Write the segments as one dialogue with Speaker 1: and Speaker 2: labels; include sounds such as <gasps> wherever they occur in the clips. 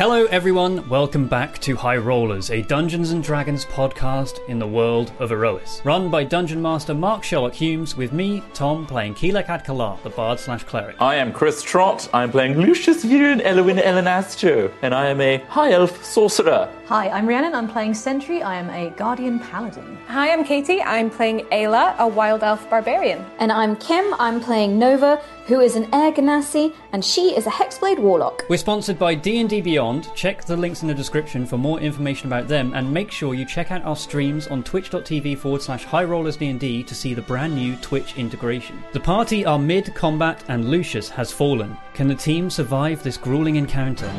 Speaker 1: Hello, everyone. Welcome back to High Rollers, a Dungeons and Dragons podcast in the world of Erois, run by Dungeon Master Mark Sherlock Humes, with me, Tom, playing Keelak Adkalar, the bard slash cleric.
Speaker 2: I am Chris Trott. I'm playing Lucius Viren Elwin Elenastro, and I am a high elf sorcerer.
Speaker 3: Hi, I'm Rhiannon. I'm playing Sentry. I am a Guardian Paladin.
Speaker 4: Hi, I'm Katie. I'm playing Ayla, a wild elf barbarian.
Speaker 5: And I'm Kim. I'm playing Nova, who is an Air Ganassi, and she is a Hexblade Warlock.
Speaker 1: We're sponsored by D&D Beyond. Check the links in the description for more information about them, and make sure you check out our streams on twitch.tv forward slash High Rollers D&D to see the brand new Twitch integration. The party are mid-combat, and Lucius has fallen. Can the team survive this grueling encounter?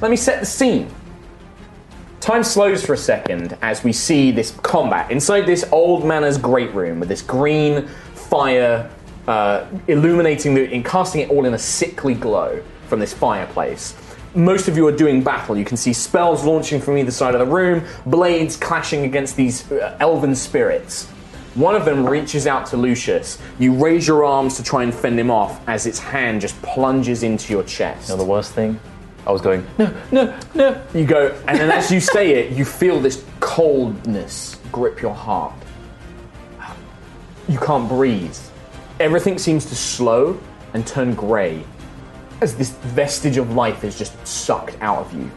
Speaker 2: Let me set the scene. Time slows for a second as we see this combat inside this old manor's great room with this green fire uh, illuminating the, and casting it all in a sickly glow from this fireplace. Most of you are doing battle. You can see spells launching from either side of the room, blades clashing against these uh, elven spirits. One of them reaches out to Lucius. You raise your arms to try and fend him off as its hand just plunges into your chest.
Speaker 6: the worst thing, I was going, no,
Speaker 2: no, no. You go, and then as you say it, you feel this coldness grip your heart. You can't breathe. Everything seems to slow and turn grey as this vestige of life is just sucked out of you.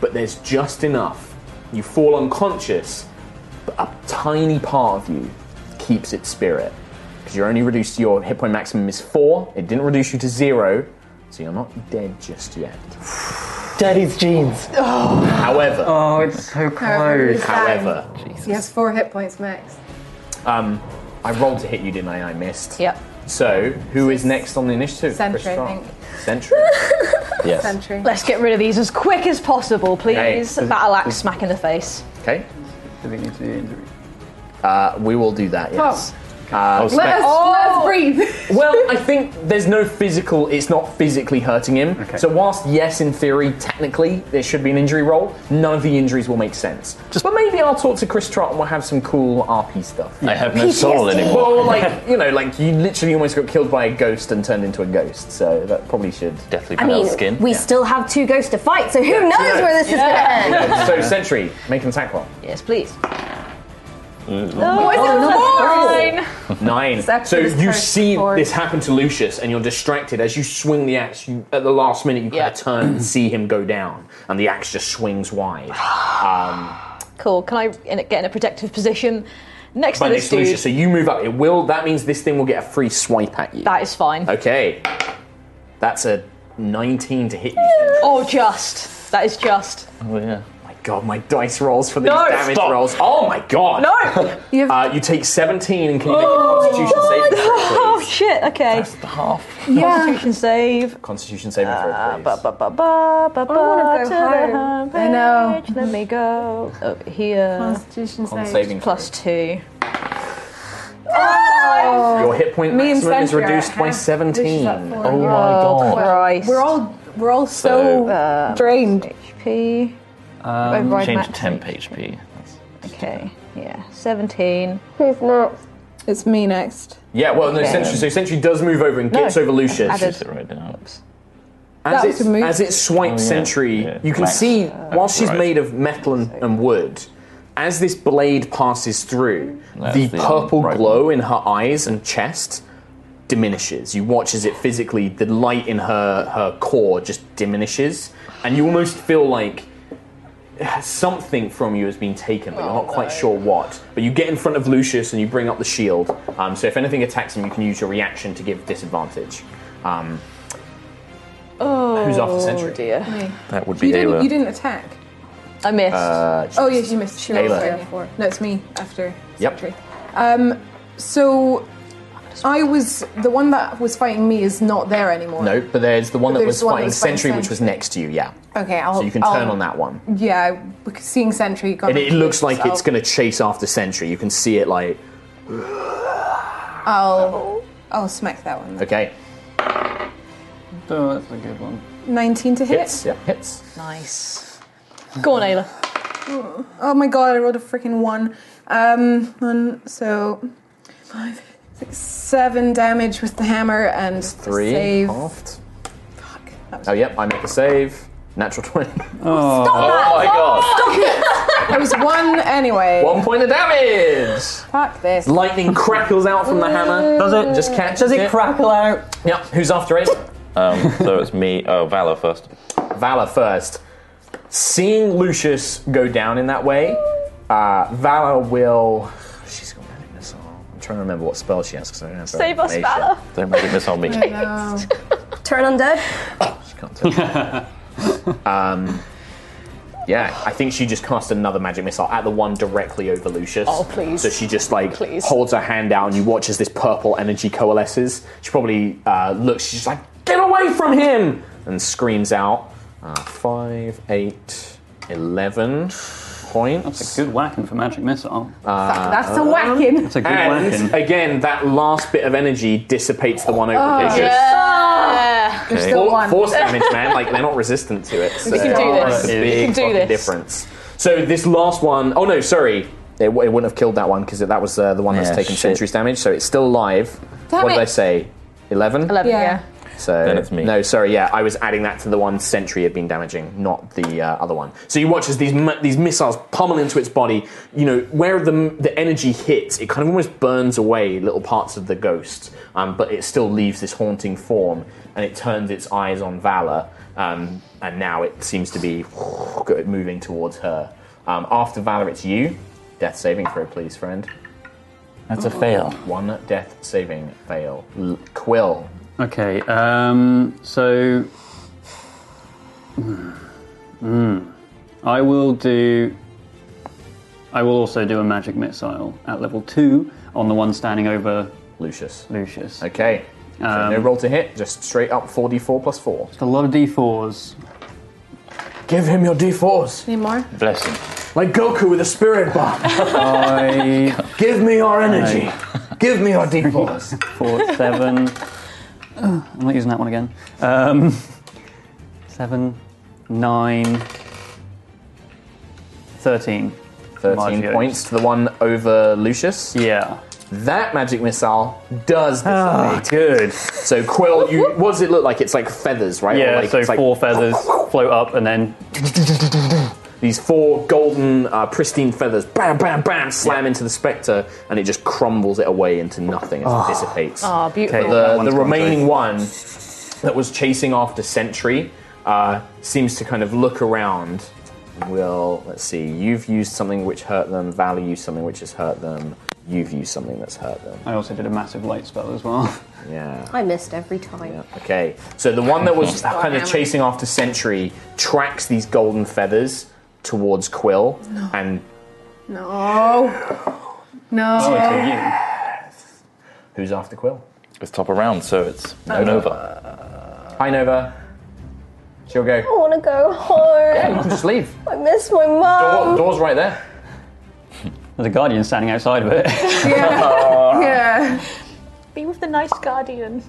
Speaker 2: But there's just enough. You fall unconscious, but a tiny part of you keeps its spirit. Because you're only reduced to your hit point maximum is four, it didn't reduce you to zero, so you're not dead just yet.
Speaker 6: daddy's jeans.
Speaker 2: However,
Speaker 6: Oh, it's so close.
Speaker 2: however,
Speaker 4: He has four hit points max.
Speaker 2: um, I rolled to hit you, didn't I? I missed.
Speaker 4: Yep.
Speaker 2: So, who is next on the initiative?
Speaker 4: Sentry,
Speaker 2: Chris
Speaker 4: I
Speaker 2: Strong.
Speaker 4: think. <laughs>
Speaker 2: Sentry.
Speaker 6: Yes.
Speaker 4: Sentry.
Speaker 7: Let's get rid of these as quick as possible, please.
Speaker 2: Okay.
Speaker 7: Battle axe smack in the face.
Speaker 2: Okay.
Speaker 6: Do we need to do injury?
Speaker 2: Uh, we will do that. Yes.
Speaker 4: Oh.
Speaker 2: Uh,
Speaker 4: Let's, let's breathe.
Speaker 2: well, I think there's no physical. It's not physically hurting him.
Speaker 6: Okay.
Speaker 2: So whilst yes, in theory, technically there should be an injury roll, none of the injuries will make sense. Just, but maybe I'll talk to Chris Trott and we'll have some cool RP stuff.
Speaker 6: I have no soul anymore. <laughs>
Speaker 2: Well, like you know, like you literally almost got killed by a ghost and turned into a ghost. So that probably should.
Speaker 6: Definitely
Speaker 5: I
Speaker 6: without
Speaker 5: mean,
Speaker 6: skin.
Speaker 5: we still have two ghosts to fight, so who knows where this is going to end?
Speaker 2: Yeah, <laughs> so Sentry, make an attack roll.
Speaker 7: Yes, please.
Speaker 4: Oh,
Speaker 5: Oh.
Speaker 7: Oh,
Speaker 2: Nine. So
Speaker 4: actually just
Speaker 2: you
Speaker 4: turn
Speaker 2: see
Speaker 4: forward.
Speaker 2: this happen to Lucius, and you're distracted as you swing the axe. You, at the last minute, you kind
Speaker 7: Yeah.
Speaker 2: of turn
Speaker 7: <clears throat>
Speaker 2: and see him go down, and the axe just swings
Speaker 7: <sighs>
Speaker 2: wide. Um,
Speaker 7: Cool. Can I in a- get in a protective position next
Speaker 2: But
Speaker 7: to
Speaker 2: it's
Speaker 7: this dude?
Speaker 2: Lucius, so you move up. It will. That means this thing will get a free swipe at you.
Speaker 7: That is fine.
Speaker 2: okay. That's a 19 to hit you. Sentry.
Speaker 7: Or Oh, just. That is just.
Speaker 6: Oh, yeah.
Speaker 2: my god, my dice rolls for these
Speaker 7: No,
Speaker 2: damage
Speaker 7: stop.
Speaker 2: rolls. Oh my god. <laughs>
Speaker 7: No!
Speaker 4: You've-
Speaker 2: Uh, you take 17 and can you make a Constitution save?
Speaker 7: Oh shit, okay.
Speaker 6: It's the half.
Speaker 7: Constitution save.
Speaker 2: Constitution saving throw, please.
Speaker 7: Ba, ba, ba, ba, ba, ba,
Speaker 4: wanna go
Speaker 7: to the
Speaker 4: home.
Speaker 7: homepage.
Speaker 4: I know.
Speaker 7: Let me go over here.
Speaker 4: Constitution
Speaker 2: Con
Speaker 4: save.
Speaker 2: saving
Speaker 7: Plus two. Oh.
Speaker 2: throw. Your hit point
Speaker 4: Oh, Me and
Speaker 2: maximum is
Speaker 4: Sentry are at
Speaker 2: reduced by
Speaker 4: half. Lucius
Speaker 2: 17.
Speaker 4: at four.
Speaker 2: Oh my
Speaker 7: Oh,
Speaker 2: god.
Speaker 7: Christ.
Speaker 4: We're all we're all so
Speaker 7: uh,
Speaker 4: drained.
Speaker 7: HP.
Speaker 6: Um,
Speaker 7: Override
Speaker 6: change
Speaker 7: max
Speaker 6: temp HP. That's-
Speaker 7: Okay, yeah. 17.
Speaker 5: Who's next?
Speaker 4: It's me next.
Speaker 2: Yeah, well, no, Sentry, so Sentry does move over and gets
Speaker 4: No.
Speaker 2: over Lucius.
Speaker 4: Added.
Speaker 6: Sit right down.
Speaker 2: As
Speaker 4: That
Speaker 2: it,
Speaker 4: was a move.
Speaker 2: as it swipes
Speaker 6: Oh, yeah,
Speaker 2: Sentry,
Speaker 6: yeah.
Speaker 2: you can
Speaker 6: Max.
Speaker 2: see, while she's
Speaker 6: Right.
Speaker 2: made of metal and, and wood, as this blade passes through,
Speaker 6: That's
Speaker 2: the
Speaker 6: the, um,
Speaker 2: purple
Speaker 6: bright
Speaker 2: glow in her eyes and chest diminishes. You watch as it physically, the light in her, her core just diminishes, and you almost feel like something from you has been taken, but you're
Speaker 4: Oh,
Speaker 2: not quite sure what. But you get in front of Lucius and you bring up the shield, um, so if anything attacks him, you can use your reaction to give disadvantage. Um,
Speaker 7: Oh,
Speaker 2: Who's after Sentry?
Speaker 7: dear.
Speaker 6: That would be
Speaker 4: You didn't,
Speaker 6: Ayla.
Speaker 4: you didn't attack.
Speaker 7: I missed.
Speaker 2: uh,
Speaker 4: Oh yes, you missed. She
Speaker 2: Ayla.
Speaker 4: rolled three before. No, it's me after.
Speaker 2: Yep.
Speaker 4: Sentry. Um, so I was the one that was fighting me is not there anymore.
Speaker 2: No, but there's the one that
Speaker 4: There's
Speaker 2: was
Speaker 4: the one that
Speaker 2: fighting
Speaker 4: was fighting
Speaker 2: Sentry, which was
Speaker 4: Sentry.
Speaker 2: next to you, yeah.
Speaker 4: Okay, I'll.
Speaker 2: So you can
Speaker 4: I'll-
Speaker 2: turn on that one.
Speaker 4: Yeah, because seeing Sentry. Got
Speaker 2: And it looks like it's
Speaker 4: I'll-
Speaker 2: going to chase after Sentry. You can see it like,
Speaker 7: Oh.
Speaker 4: I'll. I'll smack that one.
Speaker 2: okay,
Speaker 6: Oh, that's a good one.
Speaker 4: Nineteen to hit.
Speaker 2: hits, yeah, hits.
Speaker 7: nice. Go on, Ayla.
Speaker 4: Oh my god, I rolled a freaking one. Um, one, so five, six, seven damage with the hammer and
Speaker 2: Three, Oh.
Speaker 4: save.
Speaker 2: halved.
Speaker 4: Fuck, that was-
Speaker 2: Oh, yep, I make a save. Natural 20.
Speaker 1: Oh,
Speaker 2: Oh my god.
Speaker 4: <laughs> That was one anyway.
Speaker 2: One point of damage!
Speaker 4: Fuck this. <laughs>
Speaker 2: Lightning crackles out from the hammer.
Speaker 8: Does it?
Speaker 2: Just catches
Speaker 8: Does
Speaker 2: it.
Speaker 8: it crackle out?
Speaker 2: Yep, who's after it?
Speaker 6: Um, so it's me. Oh, <laughs> Valor first.
Speaker 2: Valor first. Seeing Lucius go down in that way, uh, Valor will. She's got magic missile. I'm trying to remember what spell she has because I don't have her
Speaker 7: Save us,
Speaker 2: information.
Speaker 7: Valor.
Speaker 6: Don't make it miss on me.
Speaker 2: Oh, <laughs>
Speaker 4: No.
Speaker 9: <laughs>
Speaker 7: Turn undead.
Speaker 2: She can't tell. um, <laughs> yeah, I think she just cast another magic missile at the one directly over Lucius.
Speaker 7: Oh, please.
Speaker 2: So she just like
Speaker 7: Please.
Speaker 2: holds her hand out, and you watch as this purple energy coalesces. She probably uh, looks. She's like, "Get away from him!" and screams out. Uh, five, eight, eleven points. Uh,
Speaker 8: It's a good whacking for magic missile.
Speaker 4: Fuck, that's a whacking.
Speaker 8: It's a good whacking.
Speaker 2: And again, that last bit of energy dissipates the one over
Speaker 7: Oh,
Speaker 2: Lucius.
Speaker 4: Oh, There's
Speaker 6: Okay.
Speaker 4: still
Speaker 2: Four-
Speaker 4: one.
Speaker 2: Force damage,
Speaker 7: <laughs>
Speaker 2: man.
Speaker 4: <laughs>
Speaker 2: Like they're not resistant to it. So
Speaker 7: can do this.
Speaker 2: It's a
Speaker 7: You
Speaker 2: big
Speaker 7: can do
Speaker 2: fucking
Speaker 7: this.
Speaker 2: difference. So this last one oh no, sorry. It, w- it wouldn't have killed that one because that was uh, the one that's
Speaker 6: Yeah,
Speaker 2: taken
Speaker 6: shit.
Speaker 2: centuries damage. So it's still alive.
Speaker 4: Damn
Speaker 2: what did
Speaker 4: it.
Speaker 2: I say? Eleven.
Speaker 7: Eleven,
Speaker 4: Yeah.
Speaker 7: yeah. <laughs>
Speaker 2: So
Speaker 6: Then it's me.
Speaker 2: No, sorry. Yeah, I was adding that to the one Sentry had been damaging, not the uh, other one. So you watch as these mi- these missiles pummel into its body. You know where the the energy hits, it kind of almost burns away little parts of the ghost, um, but it still leaves this haunting form, and it turns its eyes on Valor, um, and now it seems to be moving towards her. Um, after Valor, it's you. Death saving throw, please, friend.
Speaker 6: That's a fail.
Speaker 2: One death saving fail. L- Quill.
Speaker 8: Okay, um, so. Hmm. Hmm. I will do. I will also do a magic missile at level 2 on the one standing over
Speaker 2: Lucius.
Speaker 8: Lucius.
Speaker 2: Okay. So
Speaker 8: Um,
Speaker 2: no roll to hit, just straight up 4d4 plus 4.
Speaker 8: A lot of d4s.
Speaker 2: Give him your d4s.
Speaker 4: Any more?
Speaker 6: Bless him.
Speaker 2: Like Goku with a spirit bomb.
Speaker 8: <laughs> I.
Speaker 2: Give me your energy. <laughs> Give me
Speaker 8: <laughs>
Speaker 2: your d4s.
Speaker 8: four,
Speaker 2: <laughs>
Speaker 8: seven. Ugh, I'm not using that one again. Um, seven, nine, thirteen.
Speaker 2: 13
Speaker 8: Margio's.
Speaker 2: points to the one over Lucius.
Speaker 8: Yeah. Ah,
Speaker 2: That magic missile does dissipate.
Speaker 8: good.
Speaker 2: So Quill, you, what does it look like? It's like feathers, right? Or
Speaker 8: Yeah,
Speaker 2: like,
Speaker 8: so
Speaker 2: it's like
Speaker 8: four feathers float up and then
Speaker 2: <laughs> These four golden, uh, pristine feathers, bam, bam, bam, slam into the spectre, and it just crumbles it away into nothing as it dissipates.
Speaker 7: Oh,
Speaker 8: Ah.
Speaker 7: beautiful.
Speaker 8: Okay,
Speaker 2: the,
Speaker 8: That one's
Speaker 2: the
Speaker 8: gone
Speaker 2: remaining one that was chasing after Sentry uh, seems to kind of look around. Will let's see. You've used something which hurt them. Valley used something which has hurt them. You've used something that's hurt them.
Speaker 8: I also did a massive light spell as well. <laughs>
Speaker 2: Yeah.
Speaker 7: I missed every time.
Speaker 2: Okay. So the one that was kind of
Speaker 4: hammer.
Speaker 2: chasing after Sentry tracks these golden feathers towards Quill and
Speaker 4: No. No.
Speaker 8: Oh, it's
Speaker 2: who's after Quill?
Speaker 6: It's top of round, so it's Nova.
Speaker 2: Hi Nova. She'll
Speaker 7: I
Speaker 2: go.
Speaker 7: want to go home.
Speaker 2: Yeah, you can just leave.
Speaker 7: I miss my
Speaker 2: Door,
Speaker 7: mum.
Speaker 2: door's right there.
Speaker 8: you. <laughs> There's a guardian standing outside of it. <laughs>
Speaker 2: <laughs>
Speaker 4: <laughs> Yeah. yeah.
Speaker 7: Be with the nice guardian.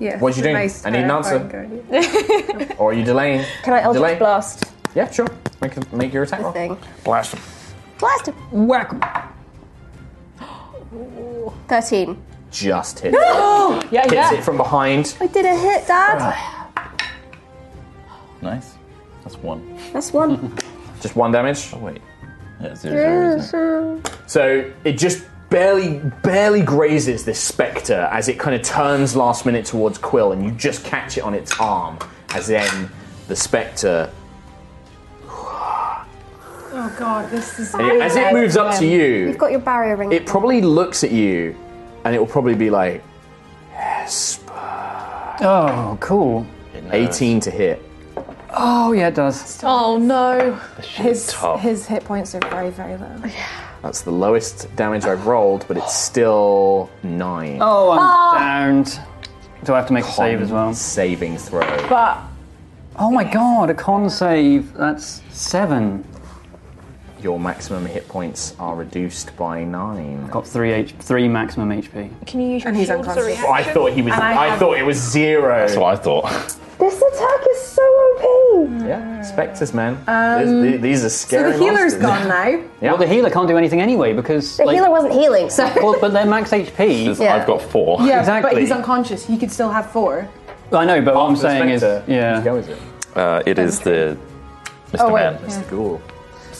Speaker 4: Yes.
Speaker 2: What you
Speaker 4: it's a
Speaker 2: doing?
Speaker 4: nice
Speaker 2: I need an answer.
Speaker 4: clarifying guy.
Speaker 2: Or are you delaying?
Speaker 7: uh, Can I
Speaker 2: Delay.
Speaker 7: Eldritch Blast
Speaker 2: Yeah, sure. Make a, make your attack roll.
Speaker 7: thing?
Speaker 6: Blast him.
Speaker 7: Blast him.
Speaker 8: Whack!
Speaker 9: <gasps> Thirteen.
Speaker 2: Just hit.
Speaker 9: No!
Speaker 2: it.
Speaker 9: Yeah,
Speaker 2: Hits
Speaker 9: yeah.
Speaker 2: it from behind.
Speaker 9: I did a hit, Dad.
Speaker 6: Nice. That's one.
Speaker 2: Uh-huh. <laughs>
Speaker 9: That's one.
Speaker 2: Just one damage.
Speaker 6: Oh wait. Yeah,
Speaker 2: So it just barely, barely grazes this spectre as it kind of turns last minute towards Quill, and you just catch it on its arm. As then the spectre,
Speaker 4: Oh god, this is.
Speaker 2: And as it moves up to you-
Speaker 9: You've got your barrier ring.
Speaker 2: it probably looks at you, and it will probably be like,
Speaker 8: Oh, cool.
Speaker 2: 18 to hit.
Speaker 8: Oh, yeah, it does.
Speaker 4: Oh no. His
Speaker 2: top.
Speaker 4: his hit points are very very low.
Speaker 2: That's the lowest damage I've rolled, but it's still nine.
Speaker 8: Oh, I'm
Speaker 4: Ah.
Speaker 8: downed. Do I have to make a save as well?
Speaker 2: Saving throw.
Speaker 8: But. Oh my god, a con save. That's seven.
Speaker 2: Your maximum hit points are reduced by nine.
Speaker 8: Got three H, three maximum HP.
Speaker 7: Can you use your
Speaker 4: And he's
Speaker 7: shield as a
Speaker 4: unconscious.
Speaker 7: reaction?
Speaker 2: I thought he was.
Speaker 7: And I
Speaker 2: I,
Speaker 7: have-
Speaker 2: thought it was zero. That's
Speaker 6: what I thought.
Speaker 9: This attack is so OP.
Speaker 2: Yeah, specters, man.
Speaker 4: Um,
Speaker 2: these, these are scary.
Speaker 4: healer's
Speaker 2: monsters. <laughs>
Speaker 4: gone now.
Speaker 8: Well, the healer can't do anything anyway because
Speaker 4: The healer wasn't healing, so-
Speaker 8: <laughs> Well, but they're max HP.
Speaker 4: Yeah. I've got
Speaker 8: four.
Speaker 4: Yeah,
Speaker 8: exactly.
Speaker 4: but he's unconscious. He could still have four.
Speaker 8: I know, but what I'm
Speaker 2: After the
Speaker 8: saying is,
Speaker 2: spectre,
Speaker 8: yeah.
Speaker 6: Uh, it is the Mr.
Speaker 4: Oh, wait,
Speaker 6: Man.
Speaker 4: yeah. Mr.
Speaker 2: Ghoul.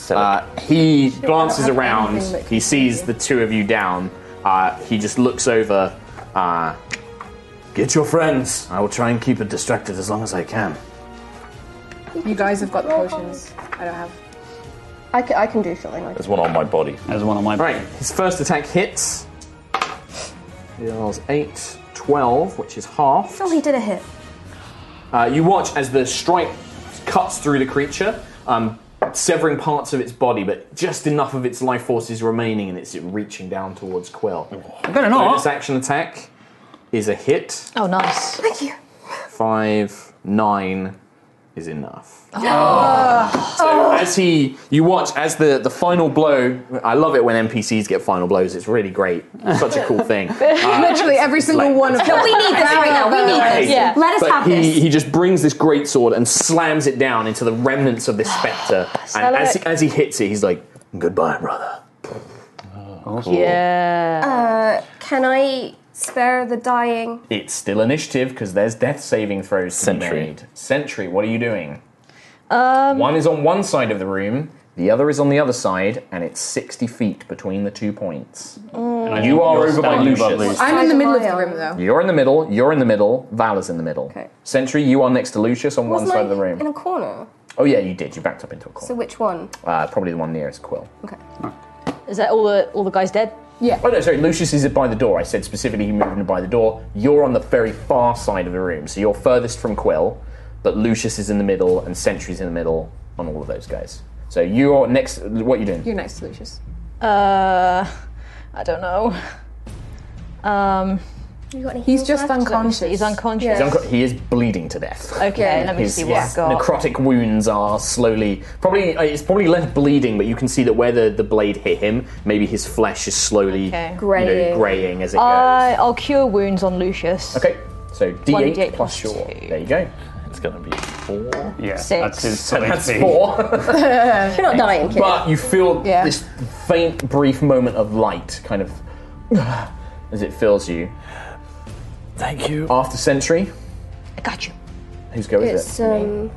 Speaker 2: Uh, he glances around. He sees the two of you down. Uh, he just looks over. Uh, Get your friends. I will try and keep it distracted as long as I can.
Speaker 4: You guys have got the potions. I don't have.
Speaker 9: I can, I can do something. I
Speaker 4: <laughs>
Speaker 6: There's one on my body.
Speaker 8: There's one on my
Speaker 2: body. Right, his first attack hits. He rolls 8, 12, which is half.
Speaker 9: Oh, he did a hit.
Speaker 2: Uh, you watch as the strike cuts through the creature, um, severing parts of its body, but just enough of its life force is remaining, and it's reaching down towards Quill.
Speaker 8: I better not.
Speaker 2: Bonus action attack is a hit.
Speaker 7: <laughs> Oh, nice.
Speaker 9: Thank you.
Speaker 2: Five, nine is enough.
Speaker 7: Oh.
Speaker 2: So as he, you watch as the the final blow. I love it when NPCs get final blows. It's really great. It's such a cool
Speaker 4: <laughs>
Speaker 2: thing. Uh,
Speaker 4: Literally every single one of them.
Speaker 9: We need this right now. We need this.
Speaker 2: Yeah.
Speaker 9: Let us
Speaker 2: but
Speaker 9: have
Speaker 2: he,
Speaker 9: this.
Speaker 2: he just brings this great sword and slams it down into the remnants of this spectre. and as he,
Speaker 9: Selleck.
Speaker 2: as he hits it, he's like, "Goodbye, brother." Oh,
Speaker 9: Yeah. Uh, can I spare the dying?
Speaker 2: It's still initiative because there's death saving throws to Sentry. be made. Sentry, what are you doing?
Speaker 7: Um,
Speaker 2: one is on one side of the room, the other is on the other side, and it's sixty feet between the two points.
Speaker 7: Mm.
Speaker 8: And
Speaker 2: You
Speaker 8: you're
Speaker 2: are over by
Speaker 8: standing above
Speaker 2: Lucius.
Speaker 4: I'm in the middle of the room though.
Speaker 2: You're in the middle. You're in the middle. Vala's in the middle. Okay. Sentry, you are next to Lucius on one
Speaker 9: Wasn't
Speaker 2: side
Speaker 9: I
Speaker 2: of the room.
Speaker 9: In a corner.
Speaker 2: Oh yeah, you did. You backed up into a corner.
Speaker 9: So which one?
Speaker 2: Uh, probably the one nearest Quill.
Speaker 9: Okay.
Speaker 7: Is that all the all the guys dead?
Speaker 4: Yeah.
Speaker 2: Oh no, sorry. Lucius is by the door. I said specifically he moved in by the door. You're on the very far side of the room, so you're furthest from Quill, but Lucius is in the middle and Sentry's in the middle on all of those guys. So you're next. What are you doing?
Speaker 4: You're next to Lucius.
Speaker 7: Uh, I don't know. Um,
Speaker 4: He's just unconscious.
Speaker 7: He's unconscious.
Speaker 2: He's unco- he is bleeding to death.
Speaker 7: Okay, let me
Speaker 2: his,
Speaker 7: see what
Speaker 2: his
Speaker 7: I've got.
Speaker 2: necrotic wounds are slowly probably uh, it's probably left bleeding, but you can see that where the, the blade hit him, maybe his flesh is slowly
Speaker 7: Okay.
Speaker 2: graying, you know, graying as it
Speaker 7: I, I'll cure wounds on Lucius.
Speaker 2: goes. Okay, so
Speaker 7: One
Speaker 2: D8,
Speaker 7: D8
Speaker 2: plus your. There you go. It's gonna be four.
Speaker 8: Yeah,
Speaker 7: Six. that's his
Speaker 2: So <laughs> that's
Speaker 8: HP.
Speaker 2: four.
Speaker 9: You're not dying, kid.
Speaker 2: But you feel
Speaker 9: Yeah.
Speaker 2: this faint, brief moment of light, kind of <sighs> as it fills you. Thank you. After Sentry,
Speaker 7: I got you.
Speaker 2: whose go is
Speaker 4: It's,
Speaker 2: it?
Speaker 4: um,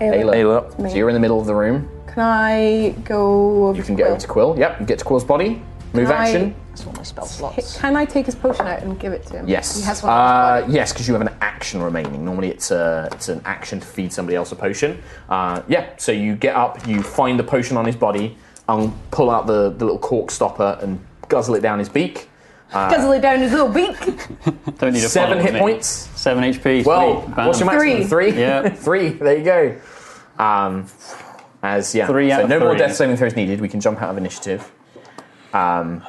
Speaker 2: Ayla.
Speaker 4: Me.
Speaker 2: So you're in the middle of the room.
Speaker 4: Can I go over
Speaker 2: You can get over to Quill. Yep, you get to Quill's body. Move
Speaker 4: Can I-
Speaker 2: action.
Speaker 7: That's all my spell
Speaker 4: slots. Can I take his potion out and give it to him?
Speaker 2: Yes.
Speaker 4: He has one.
Speaker 2: uh, yes, because you have an action remaining. Normally, it's a it's an action to feed somebody else a potion. Uh, yeah. So you get up, you find the potion on his body, um, pull out the, the little cork stopper and guzzle it down his beak. Uh,
Speaker 4: Guzzle it down his little beak.
Speaker 10: <laughs>
Speaker 8: Don't need a
Speaker 2: Seven
Speaker 8: follow
Speaker 2: hit
Speaker 8: me.
Speaker 2: points.
Speaker 8: Seven HP.
Speaker 2: Well,
Speaker 8: sweet.
Speaker 2: what's your
Speaker 8: Bam.
Speaker 2: maximum? Three.
Speaker 8: Yeah.
Speaker 2: <laughs> three. There you go. Um, as yeah,
Speaker 8: Three
Speaker 2: so
Speaker 8: out of
Speaker 2: no more
Speaker 8: three.
Speaker 2: death saving throws needed. We can jump out of initiative. Um,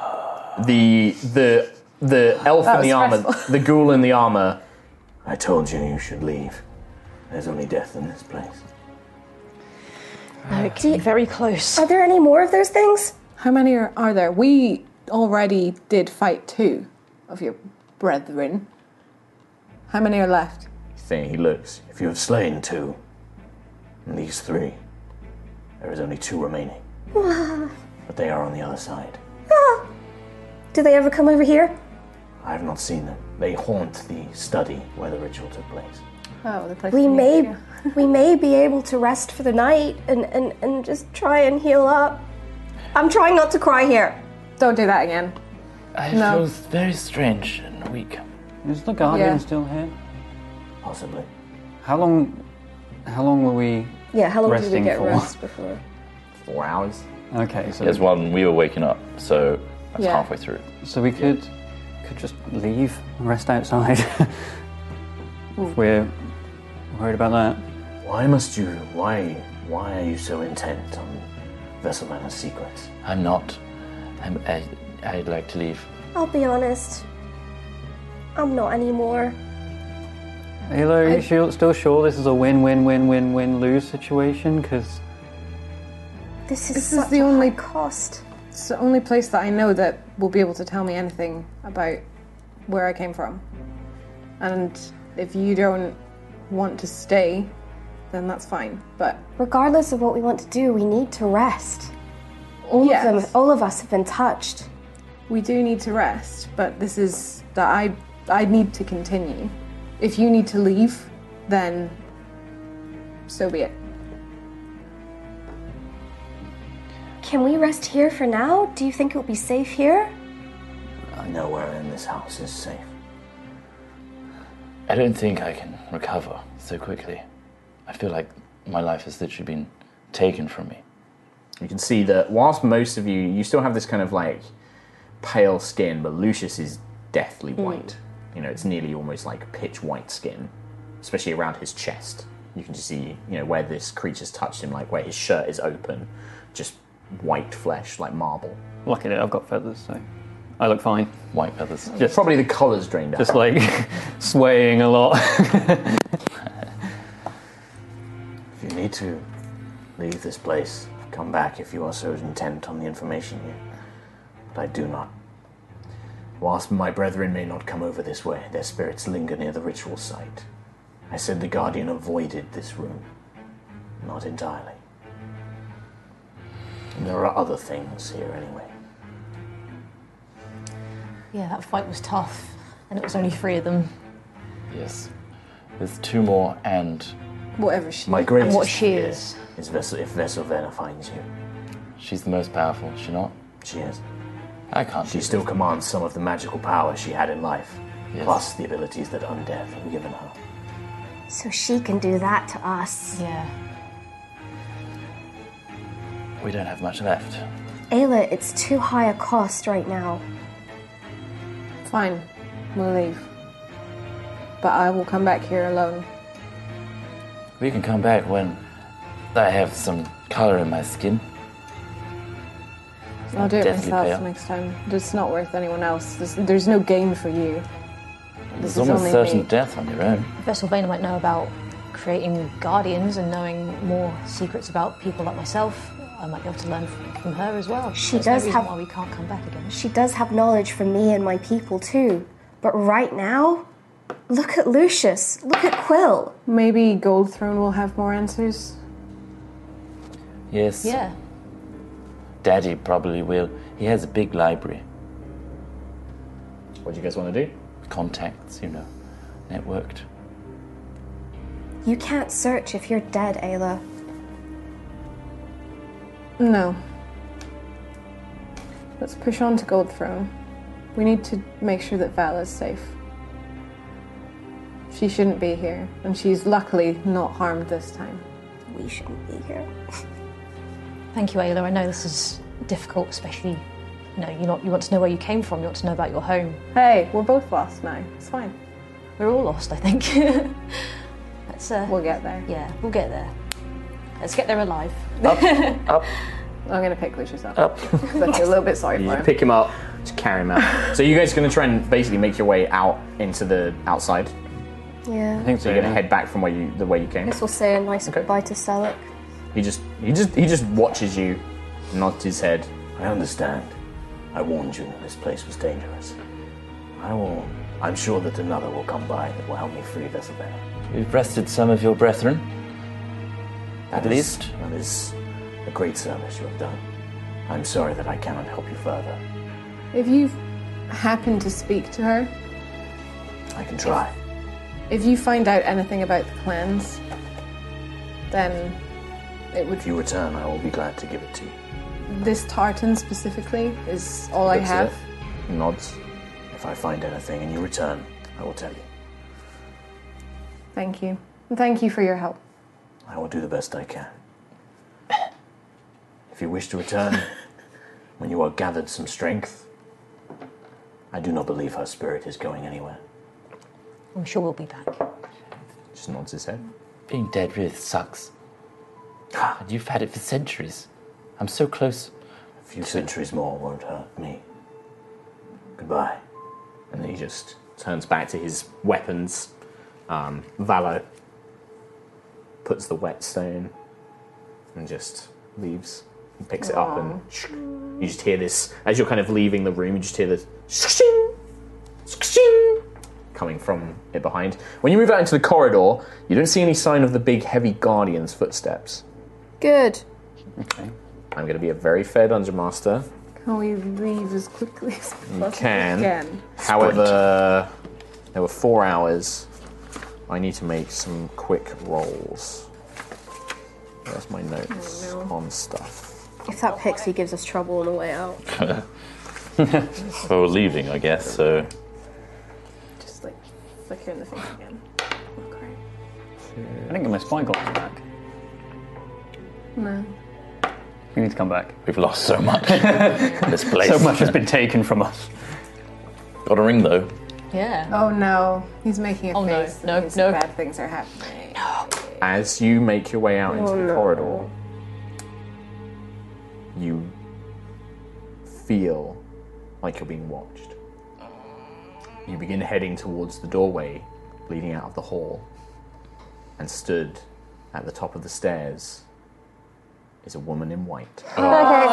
Speaker 2: the the the elf
Speaker 10: That
Speaker 2: in the
Speaker 10: was
Speaker 2: armor,
Speaker 10: stressful.
Speaker 2: the ghoul in the armor. I told you you should leave. There's only death in this place.
Speaker 7: Okay, very close.
Speaker 4: Are there any more of those things? How many are, are there? We already did fight two of your brethren. How many are left?
Speaker 2: Saying he looks. If you have slain two, and these three, there is only two remaining,
Speaker 9: Ah,
Speaker 2: but they are on the other side.
Speaker 9: ah. Do they ever come over here?
Speaker 2: I have not seen them. They haunt the study where the ritual took place.
Speaker 9: Oh, the place we may <laughs> we may be able to rest for the night and, and, and just try and heal up. I'm trying not to cry here.
Speaker 4: Don't do that again.
Speaker 6: I feel
Speaker 9: No.
Speaker 6: very strange and weak.
Speaker 8: Is the guardian
Speaker 9: Yeah.
Speaker 8: still here?
Speaker 2: Possibly.
Speaker 8: How long? How long were we?
Speaker 9: Yeah, how long did we
Speaker 8: resting
Speaker 9: get
Speaker 8: for?
Speaker 9: rest before?
Speaker 2: Four hours.
Speaker 8: Okay, so
Speaker 6: There's one we were waking up, so that's
Speaker 9: Yeah.
Speaker 6: halfway through.
Speaker 8: So we could could just leave and rest outside.
Speaker 9: <laughs>
Speaker 8: if we're worried about that.
Speaker 2: Why must you? Why? Why are you so intent on Vessel Manor's secrets?
Speaker 6: I'm not. I'm, I, I'd like to leave.
Speaker 9: I'll be honest. I'm not anymore.
Speaker 8: Halo, are you sure- still sure this is a win-win-win-win-win-lose situation? Because
Speaker 9: This is,
Speaker 4: this
Speaker 9: such
Speaker 4: is the
Speaker 9: a
Speaker 4: only
Speaker 9: cost.
Speaker 4: It's the only place that I know that will be able to tell me anything about where I came from. And if you don't want to stay, then that's fine. But
Speaker 9: Regardless of what we want to do, we need to rest. All of them, all of us have been touched.
Speaker 4: we do need to rest. But this is that I I need to continue. If you need to leave, then so be it.
Speaker 9: Can we rest here for now? Do you think it will be safe here?
Speaker 2: Nowhere in this house is safe.
Speaker 6: I don't think I can recover so quickly. I feel like my life has literally been taken from me.
Speaker 2: You can see that whilst most of you, you still have this kind of like pale skin, but Lucius is deathly
Speaker 10: Mm.
Speaker 2: white. You know, it's nearly almost like pitch white skin, especially around his chest. You can just see, you know, where this creature's touched him, like where his shirt is open, just white flesh, like marble.
Speaker 8: luckily <laughs> I've got feathers, so I look fine.
Speaker 6: White feathers.
Speaker 2: Just probably the colours drained out.
Speaker 8: Just like <laughs> swaying a lot. <laughs>
Speaker 2: If you need to leave this place, come back if you are so intent on the information here. But I do not. Whilst my brethren may not come over this way, their spirits linger near the ritual site. I said the Guardian avoided this room. Not entirely. And there are other things here anyway.
Speaker 7: Yeah, that fight was tough, and it was only three of them.
Speaker 6: Yes. There's two more, and
Speaker 4: Whatever she
Speaker 6: My greatest
Speaker 7: and what she
Speaker 6: fear.
Speaker 7: is.
Speaker 2: Is Vessel, if Vessel Venner finds you,
Speaker 6: she's the most powerful, is she not?
Speaker 2: She is.
Speaker 6: I can't.
Speaker 2: She still commands some of the magical power she had in life, plus the abilities that undead have given her.
Speaker 9: So she can do that to us.
Speaker 7: Yeah.
Speaker 6: We don't have much left.
Speaker 9: Ayla, it's too high a cost right now.
Speaker 4: Fine, we'll leave. But I will come back here alone.
Speaker 6: We can come back when I have some color in my skin.
Speaker 4: I'll do it
Speaker 6: Deathly
Speaker 4: myself
Speaker 6: pale.
Speaker 4: next time. It's not worth anyone else. There's, there's no gain for you. This
Speaker 6: There's
Speaker 4: is
Speaker 6: almost
Speaker 4: only
Speaker 6: certain
Speaker 4: me.
Speaker 6: death on your own.
Speaker 7: Vessel Vayner might know about creating guardians and knowing more secrets about people like myself. I might be able to learn f- from her as well.
Speaker 9: She
Speaker 7: There's
Speaker 9: does
Speaker 7: no reason
Speaker 9: have-
Speaker 7: why we can't come back again.
Speaker 9: She does have knowledge from me and my people too. But right now, look at Lucius. Look at Quill.
Speaker 4: Maybe Gold Throne will have more answers.
Speaker 6: Yes.
Speaker 7: Yeah.
Speaker 6: Daddy probably will. He has a big library.
Speaker 2: What do you guys want to do?
Speaker 6: Contacts, you know, networked.
Speaker 9: You can't search if you're dead, Ayla.
Speaker 4: No. Let's push on to Gold Throne. We need to make sure that Vala is safe. She shouldn't be here, and she's luckily not harmed this time.
Speaker 9: We shouldn't be
Speaker 7: <laughs>
Speaker 9: here.
Speaker 7: Thank you, Ayla. I know this is difficult, especially you know you not you want to know where you came from. You want to know about your home.
Speaker 4: Hey, we're both lost now. It's fine.
Speaker 7: We're all lost, I think. <laughs> Let's, uh,
Speaker 4: we'll get there.
Speaker 7: Yeah, we'll get there. Let's get there alive. <laughs>
Speaker 6: up.
Speaker 4: I'm gonna pick Lucius up.
Speaker 2: Uh,
Speaker 6: Up.
Speaker 4: I feel a little bit
Speaker 2: <laughs>
Speaker 4: sorry
Speaker 2: You
Speaker 4: for him.
Speaker 2: pick him up, just carry him out. so you guys are going to try and basically make your way out into the outside.
Speaker 9: Yeah.
Speaker 2: so. You're going to head back from where you the way you came.
Speaker 9: This will say a nice goodbye to Selic.
Speaker 2: He just he just he just watches you, nods his head. I understand. I warned you that this place was dangerous. I will. I'm sure that another will come by that will help me free Vesselbear.
Speaker 6: We've rested some of your brethren.
Speaker 2: That
Speaker 6: At
Speaker 2: is-
Speaker 6: least.
Speaker 2: that is a great service you have done. I'm sorry that I cannot help you further.
Speaker 4: If you happen to speak to her,
Speaker 2: I can try.
Speaker 4: if you find out anything about the clans, then it would.
Speaker 2: If you return, I will be glad to give it to you.
Speaker 4: This tartan specifically is all I
Speaker 2: Looks
Speaker 4: have.
Speaker 2: at it, nods. If I find anything and you return, I will tell you.
Speaker 4: Thank you. And thank you for your help.
Speaker 2: I will do the best I can. If you wish to
Speaker 4: <laughs>
Speaker 2: return, when you are gathered some strength, I do not believe her spirit is going anywhere.
Speaker 7: I'm sure we'll be back.
Speaker 2: Just nods his head. Ah.
Speaker 6: Being dead really sucks. And you've had it for centuries. I'm so close.
Speaker 2: A few centuries more won't hurt me. Goodbye. And then he just turns back to his weapons. Um, Valor puts the whetstone and just leaves. He picks it up and you just hear this. As you're kind of leaving the room, you just hear this skshing, skshing coming from it behind. When you move out into the corridor, you don't see any sign of the big, heavy guardian's footsteps.
Speaker 4: Good.
Speaker 2: Okay. I'm going to be a very fair dungeon master.
Speaker 4: Can we leave as quickly as possible?
Speaker 2: You can.
Speaker 4: Again.
Speaker 2: However, there were four hours. I need to make some quick rolls. Where's my notes
Speaker 6: <laughs>
Speaker 2: on stuff? <laughs>
Speaker 9: If that pixie gives us trouble on the way out,
Speaker 6: well, we're leaving, I guess, so.
Speaker 4: just like flick her in the face again.
Speaker 8: I think my spy got us back.
Speaker 4: No.
Speaker 8: We need to come back.
Speaker 6: We've lost so
Speaker 8: <laughs>
Speaker 6: much in this place.
Speaker 8: So much has been taken from us.
Speaker 6: Got a ring, though.
Speaker 4: Yeah. Oh no, he's making
Speaker 7: Oh,
Speaker 4: a face. No, no, no. Bad things are happening.
Speaker 2: As you make your way out into
Speaker 4: Oh,
Speaker 2: the
Speaker 4: no.
Speaker 2: corridor, you feel like you're being watched. You begin heading towards the doorway leading out of the hall, and stood at the top of the stairs is a woman in white.
Speaker 9: okay,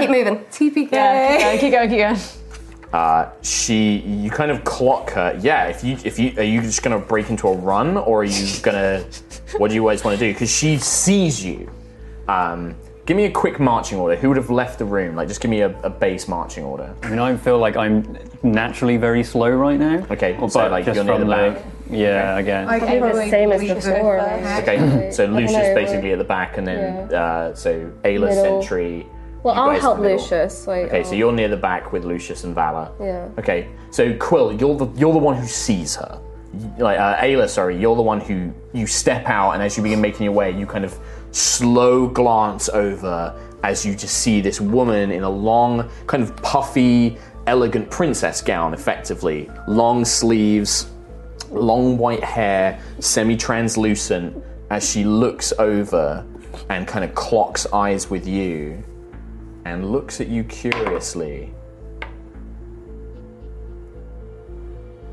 Speaker 9: keep moving, keep, keep moving, keep moving. TPK.
Speaker 7: Yeah, keep going, keep going.
Speaker 2: Uh, she, you kind of clock her. Yeah, if you, if you, are you just gonna break into a run, or are you gonna, what do you guys want to do? Because she sees you. Um, give me a quick marching order. Who would have left the room? Like, just give me a, a base marching order.
Speaker 8: I mean, I feel like I'm naturally very slow right now.
Speaker 2: Okay,
Speaker 8: but
Speaker 2: so, like,
Speaker 8: just
Speaker 2: you're near
Speaker 8: from
Speaker 2: the
Speaker 8: the, yeah, again.
Speaker 9: I can probably the same as before.
Speaker 2: Okay, so Lucius
Speaker 9: know,
Speaker 2: basically at the back, and then uh, so Ayla,
Speaker 9: Middle.
Speaker 2: Sentry.
Speaker 9: Well,
Speaker 2: you
Speaker 9: I'll
Speaker 2: guys in
Speaker 9: help
Speaker 2: the middle.
Speaker 9: Lucius. Like,
Speaker 2: Okay,
Speaker 9: I'll-
Speaker 2: so you're near the back with Lucius and Valor.
Speaker 9: Yeah.
Speaker 2: Okay, so Quill, you're the you're the one who sees her. You- Like uh, Ayla, sorry, you're the one who you step out, and as you begin making your way, you kind of slow glance over as you just see this woman in a long, kind of puffy, elegant princess gown, effectively long sleeves, long white hair, semi-translucent. As she looks over and kind of clocks eyes with you, and looks at you curiously.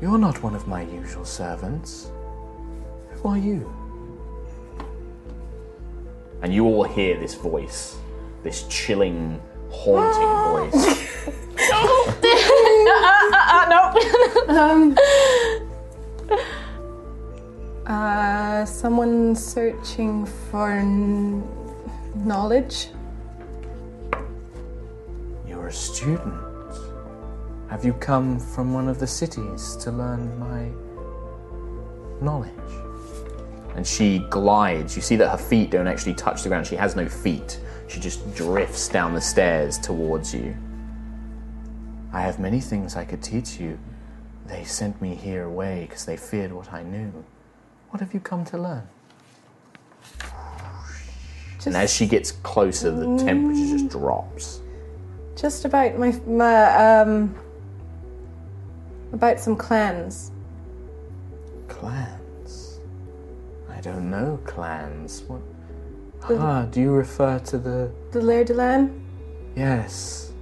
Speaker 2: You're not one of my usual servants. Who are
Speaker 4: <laughs>
Speaker 2: you? And you all hear this voice, this chilling, <gasps> haunting voice.
Speaker 4: Uh, <laughs>
Speaker 10: <laughs>
Speaker 4: um, uh, someone searching for n- knowledge.
Speaker 2: You're a student. Have you come from one of the cities to learn my knowledge? And she glides. You see that her feet don't actually touch the ground. She has no feet. She just drifts down the stairs towards you. I have many things I could teach you. They sent me here away because they feared what I knew. What have you come to learn? and as she gets closer, the temperature just drops.
Speaker 4: Just about my, my um, about some clans.
Speaker 2: Clans? I don't know clans. What? Ah, do you refer to the.
Speaker 4: The Lair de Lan?
Speaker 2: Yes.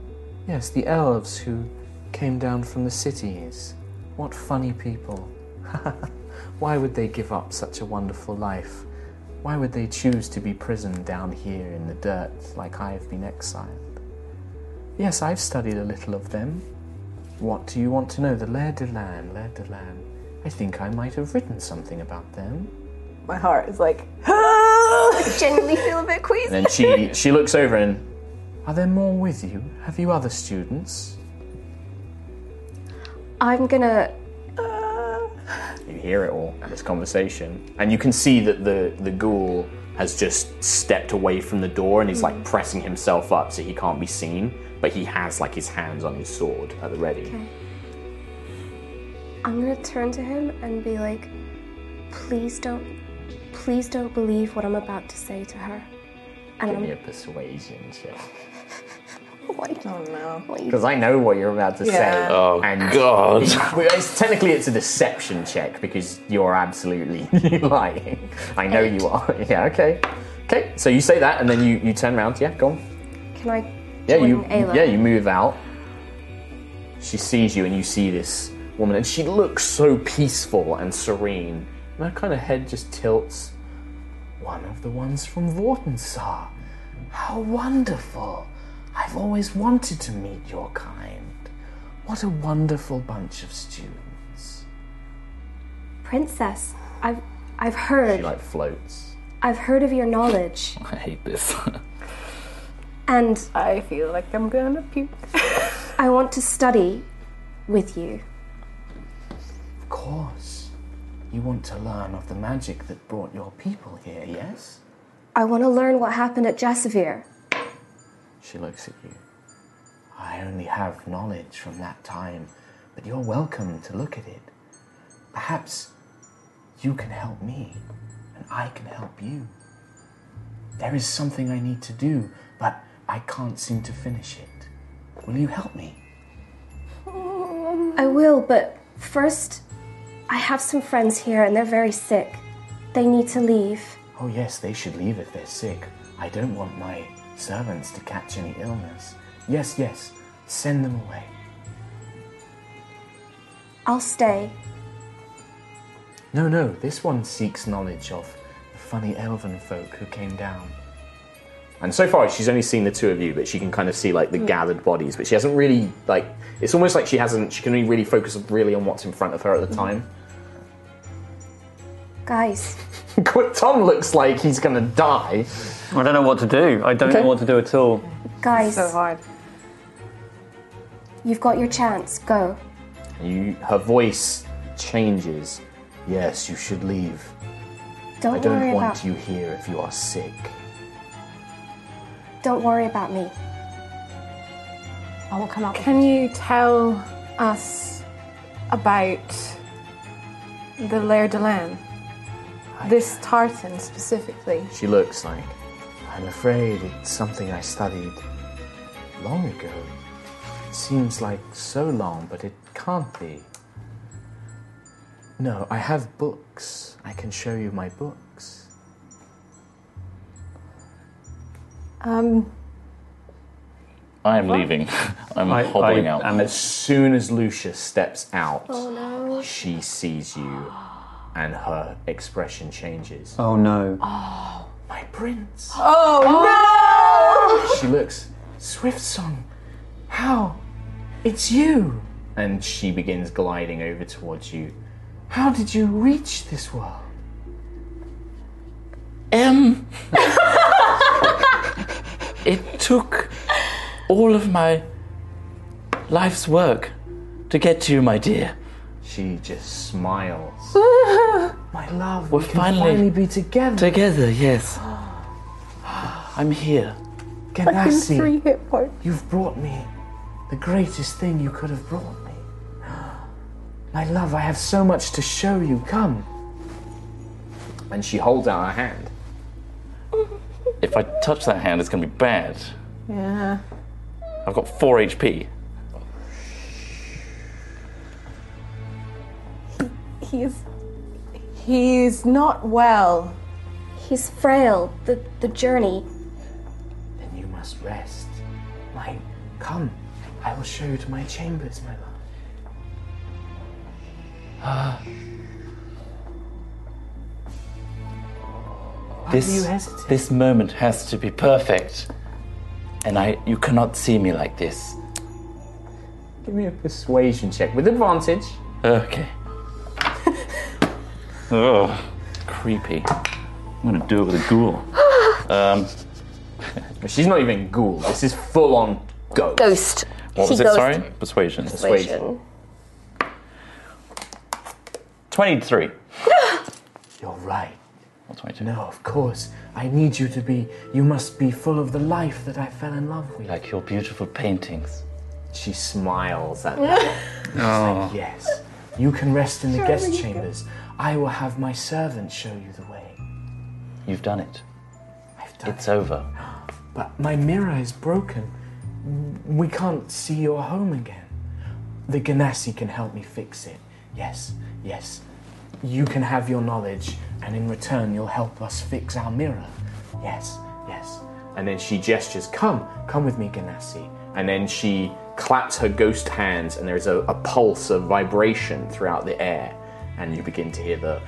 Speaker 2: Yes, the elves who came down from the cities. What funny people. <laughs> Why would they give up such a wonderful life? Why would they choose to be prisoned down here in the dirt like I have been exiled? Yes, I've studied a little of them. What do you want to know? The Lair de Lan, Lair de Lan. I think I might have written something about them.
Speaker 4: My heart is like. Ah!
Speaker 9: I genuinely feel a bit queasy.
Speaker 2: And then she she looks over and are there more with you? Have you other students?
Speaker 9: I'm gonna.
Speaker 2: You hear it all, this conversation. And you can see that the, the ghoul has just stepped away from the door and he's like pressing himself up so he can't be seen, but he has like his hands on his sword at the ready.
Speaker 9: Okay. I'm gonna turn to him and be like, please don't, please don't believe what I'm about to say to her. And
Speaker 2: Give me
Speaker 9: I'm,
Speaker 2: a persuasion check.
Speaker 9: oh
Speaker 4: no.
Speaker 2: Because I know what you're about to say.
Speaker 4: Yeah. Oh,
Speaker 2: and
Speaker 6: God.
Speaker 2: <laughs> Well, it's, technically, it's a deception check because you're absolutely <laughs> lying. I know you are. <laughs> Yeah, okay. Okay, so you say that and then you, you turn around. Yeah, go on.
Speaker 9: Can I?
Speaker 2: Yeah,
Speaker 9: join
Speaker 2: you
Speaker 9: Ayla?
Speaker 2: yeah you move out. She sees you, and you see this woman, and she looks so peaceful and serene. And her kind of head just tilts. One of the ones from Vortensar. How wonderful! I've always wanted to meet your kind. What a wonderful bunch of students.
Speaker 9: Princess, I've, I've heard.
Speaker 2: She like floats.
Speaker 9: I've heard of
Speaker 2: <laughs>
Speaker 9: your knowledge,
Speaker 6: I hate this.
Speaker 9: and
Speaker 4: I feel like I'm gonna puke.
Speaker 9: I want to study with you.
Speaker 2: Of course. You want to learn of the magic that brought your people here, yes?
Speaker 9: I want to learn what happened at Jasavir.
Speaker 2: She looks at you. I only have knowledge from that time, but you're welcome to look at it. Perhaps you can help me, and I can help you. There is something I need to do, but I can't seem to finish it. Will you help me?
Speaker 9: I will, but first, I have some friends here and they're very sick. They need to leave.
Speaker 2: Oh, yes, they should leave if they're sick. I don't want my servants to catch any illness. Yes, yes, send them away.
Speaker 9: I'll stay.
Speaker 2: No, no, this one seeks knowledge of the funny elven folk who came down. And so far, she's only seen the two of you, but she can kind of see like the
Speaker 9: Hmm.
Speaker 10: Mm.
Speaker 2: gathered bodies. But she hasn't really like. It's almost like she hasn't. She can only really focus really on what's in front of her at the
Speaker 9: Hmm.
Speaker 2: time. <laughs>
Speaker 9: Guys,
Speaker 2: Tom looks like he's gonna die.
Speaker 8: I don't know what to do. I don't
Speaker 9: Okay.
Speaker 8: know what to do at all.
Speaker 9: guys.
Speaker 4: So hard.
Speaker 9: You've got your chance. Go.
Speaker 2: You, her voice changes. Yes, you should leave.
Speaker 9: Don't
Speaker 2: I don't
Speaker 9: worry
Speaker 2: want
Speaker 9: about
Speaker 2: you here if you are sick.
Speaker 9: Don't worry about me.
Speaker 7: I will come up.
Speaker 10: Can you tell us about the Lair de Lan? This tartan specifically.
Speaker 2: She looks like. I'm afraid it's something I studied long ago. Seems like so long, but it can't be. No, I have books. I can show you my books.
Speaker 10: Um,
Speaker 6: I'm leaving. <laughs> I'm
Speaker 2: I-
Speaker 6: hobbling
Speaker 2: I
Speaker 6: out.
Speaker 2: am- as soon as Lucia steps out,
Speaker 10: Oh, no.
Speaker 2: she sees you and her expression changes.
Speaker 8: Oh no.
Speaker 2: My prince.
Speaker 10: Oh,
Speaker 2: She looks, Swift Song, how? It's you! And she begins gliding over towards you. How did you reach
Speaker 10: <laughs>
Speaker 2: this world?
Speaker 6: M. it took all of my life's work to get to you, my dear.
Speaker 2: She just smiles.
Speaker 10: My
Speaker 2: love,
Speaker 6: We're finally,
Speaker 2: be together.
Speaker 6: Together, yes. I'm here.
Speaker 2: Ganassi,
Speaker 10: hit points.
Speaker 2: you've brought me the greatest thing you could have
Speaker 11: <gasps>
Speaker 2: brought me. My love, I have so much to show you. Come. And she holds out her hand.
Speaker 6: If I touch that hand, it's gonna be bad.
Speaker 10: Yeah.
Speaker 6: I've got 4 HP.
Speaker 10: He's he's not well.
Speaker 9: He's frail. The the journey.
Speaker 2: Then you must rest. My, come. I will show you to my chambers, my love.
Speaker 10: do you
Speaker 6: this,
Speaker 10: hesitate?
Speaker 6: this moment has to be perfect. And I you cannot see me like this.
Speaker 2: Give me a persuasion check with advantage.
Speaker 6: Okay. Ugh, creepy. I'm gonna do it with a ghoul. Um,
Speaker 2: She's not even ghoul. This is full on ghost.
Speaker 9: Ghost.
Speaker 6: What was
Speaker 9: She
Speaker 6: it?
Speaker 9: goes-
Speaker 6: Sorry, persuasion.
Speaker 9: Persuasion.
Speaker 6: 23.
Speaker 11: You're right.
Speaker 6: Or 22.
Speaker 11: No, of course. I need you to be. You must be full of the life that I fell in love
Speaker 9: <laughs>
Speaker 11: with.
Speaker 6: Like your beautiful paintings.
Speaker 2: She
Speaker 6: <laughs>
Speaker 2: smiles at
Speaker 6: Oh.
Speaker 11: Yes. You can rest in the
Speaker 6: Sure,
Speaker 11: guest
Speaker 6: we can.
Speaker 11: chambers. I will have my servant show you the way.
Speaker 6: You've done it. I've done it's over.
Speaker 11: But my mirror is broken. We can't see your home again. The Ganassi can help me fix it. Yes, yes. You can have your knowledge, and in return, you'll help us fix our mirror. Yes, yes.
Speaker 2: And then she gestures, Come, come with me, Ganassi. And then she claps her ghost hands, and there's a, a pulse of vibration throughout the air. And you begin to hear the.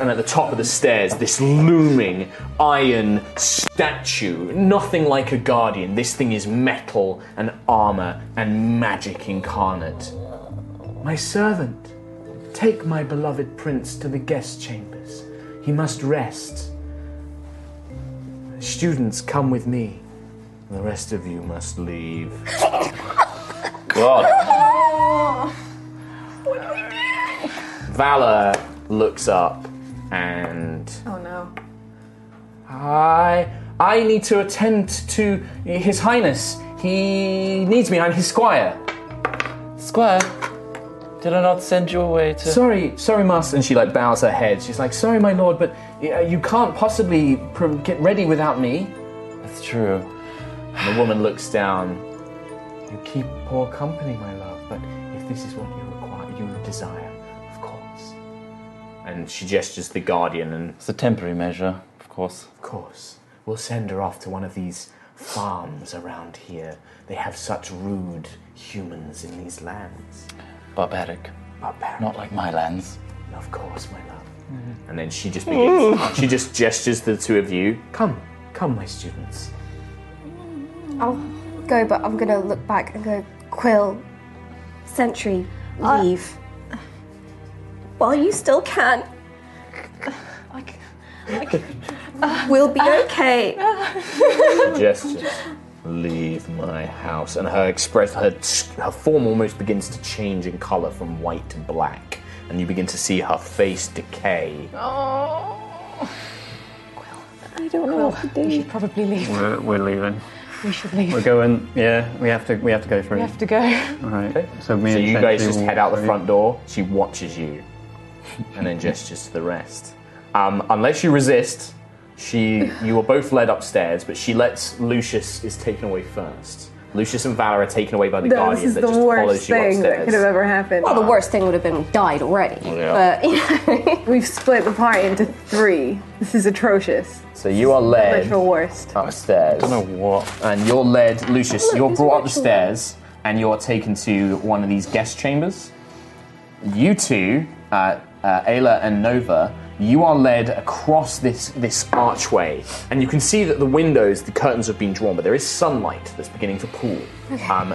Speaker 2: And at the top of the stairs, this looming iron statue, nothing like a guardian. This thing is metal and armor and magic incarnate.
Speaker 11: My servant, take my beloved prince to the guest chambers. He must rest. Students, come with me.
Speaker 2: The rest of you must leave.
Speaker 6: God.
Speaker 10: Oh,
Speaker 2: Valor looks up and
Speaker 4: Oh no.
Speaker 2: I I need to attend to His Highness. He needs me. I'm his squire.
Speaker 6: Squire, did I not send you away to?
Speaker 2: Sorry, sorry, master. And she like bows her head. She's like, sorry, my lord, but uh, you can't possibly pr- get ready without me.
Speaker 6: That's true.
Speaker 2: And the woman looks down.
Speaker 11: You keep poor company, my love, but if this is what you require, you desire, of course.
Speaker 2: And she gestures the guardian and.
Speaker 6: It's a temporary measure, of course.
Speaker 11: Of course. We'll send her off to one of these farms around here. They have such rude humans in these lands.
Speaker 6: Barbaric.
Speaker 11: Barbaric.
Speaker 6: Not like my lands.
Speaker 11: Of course, my love.
Speaker 6: Mm-hmm.
Speaker 2: And then she just
Speaker 6: <laughs>
Speaker 2: begins. she just gestures to the two of you.
Speaker 11: Come, come, my students.
Speaker 9: I'll go, but I'm gonna look back and go, Quill, Sentry, leave. While you still can.
Speaker 5: <laughs>
Speaker 9: we'll be okay.
Speaker 6: <laughs>
Speaker 2: Suggestions. Leave my house. And her express, her, her form almost begins to change in color from white to black. And you begin to see her face decay.
Speaker 10: Oh. I don't know what to do. You should probably leave.
Speaker 8: We're, we're leaving.
Speaker 10: We should leave.
Speaker 8: We're going. Yeah, we have to. We have to go through.
Speaker 10: We have to go.
Speaker 8: All right. So me
Speaker 2: so
Speaker 8: and
Speaker 2: you guys
Speaker 8: Sentry
Speaker 2: just
Speaker 8: will
Speaker 2: head out
Speaker 8: walk
Speaker 2: the
Speaker 8: through.
Speaker 2: front door. She watches you, and then gestures to the rest. Um, unless you resist, she you are both led upstairs, but she lets Lucius is taken away first. Lucius and Valor are taken away by the
Speaker 4: No, this
Speaker 2: guardian
Speaker 4: is
Speaker 2: that
Speaker 4: the
Speaker 2: just
Speaker 4: worst
Speaker 2: follows you
Speaker 4: thing
Speaker 2: upstairs.
Speaker 4: that could have ever happened.
Speaker 5: Well, the worst thing would have been we died already. But you know,
Speaker 4: But <laughs> we've split the party into three. This is atrocious.
Speaker 2: so you are led
Speaker 4: Literal worst.
Speaker 2: upstairs. I don't know what. And you're led, Lucius.
Speaker 4: Look,
Speaker 2: you're
Speaker 4: there's
Speaker 2: brought up the
Speaker 4: a ritual.
Speaker 2: stairs, and you're taken to one of these guest chambers. You two, uh, uh, Ayla and Nova, you are led across this this archway, and you can see that the windows, the curtains have been drawn, but there is sunlight that's beginning to pool.
Speaker 12: Okay.
Speaker 2: Um,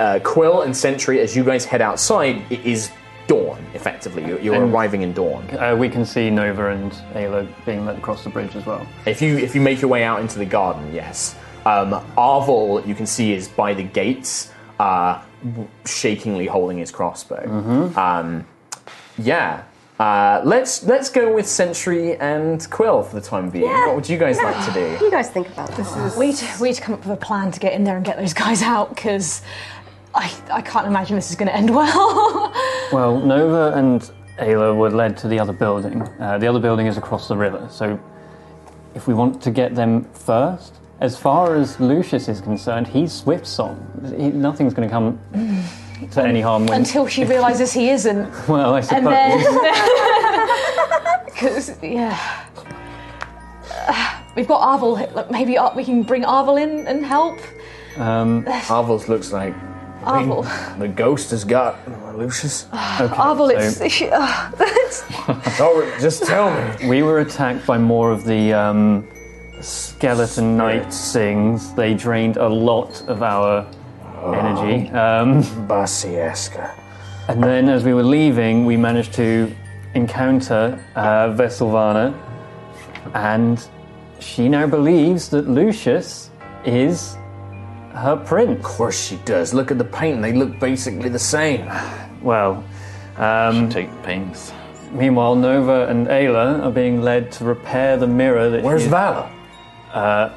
Speaker 2: uh, Quill and Sentry, as you guys head outside, it is dawn. Effectively, you're, you're
Speaker 8: And-
Speaker 2: arriving in dawn.
Speaker 8: Uh, we can see Nova and Ayla being let across the bridge as well.
Speaker 2: If you if you make your way out into the garden, yes. Um, Arvel, you can see, is by the gates, uh, w- shakingly holding his crossbow. Um, yeah. Uh, let's let's go with Sentry and Quill for the time being.
Speaker 7: Yeah.
Speaker 2: What would you guys
Speaker 7: Yeah.
Speaker 2: like to do?
Speaker 9: You guys think about
Speaker 7: this. We need, to, we need to come up with a plan to get in there and get those guys out because I, I can't imagine this is going to end
Speaker 2: <laughs>
Speaker 7: well.
Speaker 8: Well, Nova and Ayla were led to the other building. Uh, the other building is across the river, so if we want to get them first, as far as Lucius is concerned, he's Swift Song. He, nothing's going to come to any harm when,
Speaker 7: Until she realizes he isn't.
Speaker 8: <laughs> Well, I suppose. <laughs>
Speaker 2: <laughs>
Speaker 7: And <laughs> then. Because, yeah. Uh, We've got Arvel. here. Look, maybe Ar- we can bring Arvel in and help.
Speaker 2: Um, Arvel's looks like I mean,
Speaker 7: Arvel.
Speaker 2: the ghost has got oh,
Speaker 8: <sighs>
Speaker 2: Lucius.
Speaker 7: Arvel, it's. <laughs> she- uh, it's-
Speaker 2: oh, just tell me.
Speaker 8: We were attacked by more of the um, skeleton knight things. They drained a lot of our energy. Um, And then, as we were leaving, we managed to encounter uh, Veselvana, and she now believes that Lucius is her prince. Of
Speaker 2: course she does. Look at the paint; they look basically the same.
Speaker 8: well. Um,
Speaker 6: take pains.
Speaker 8: Meanwhile, Nova and Ayla are being led to repair the mirror that.
Speaker 11: Where's
Speaker 8: Valor? Uh,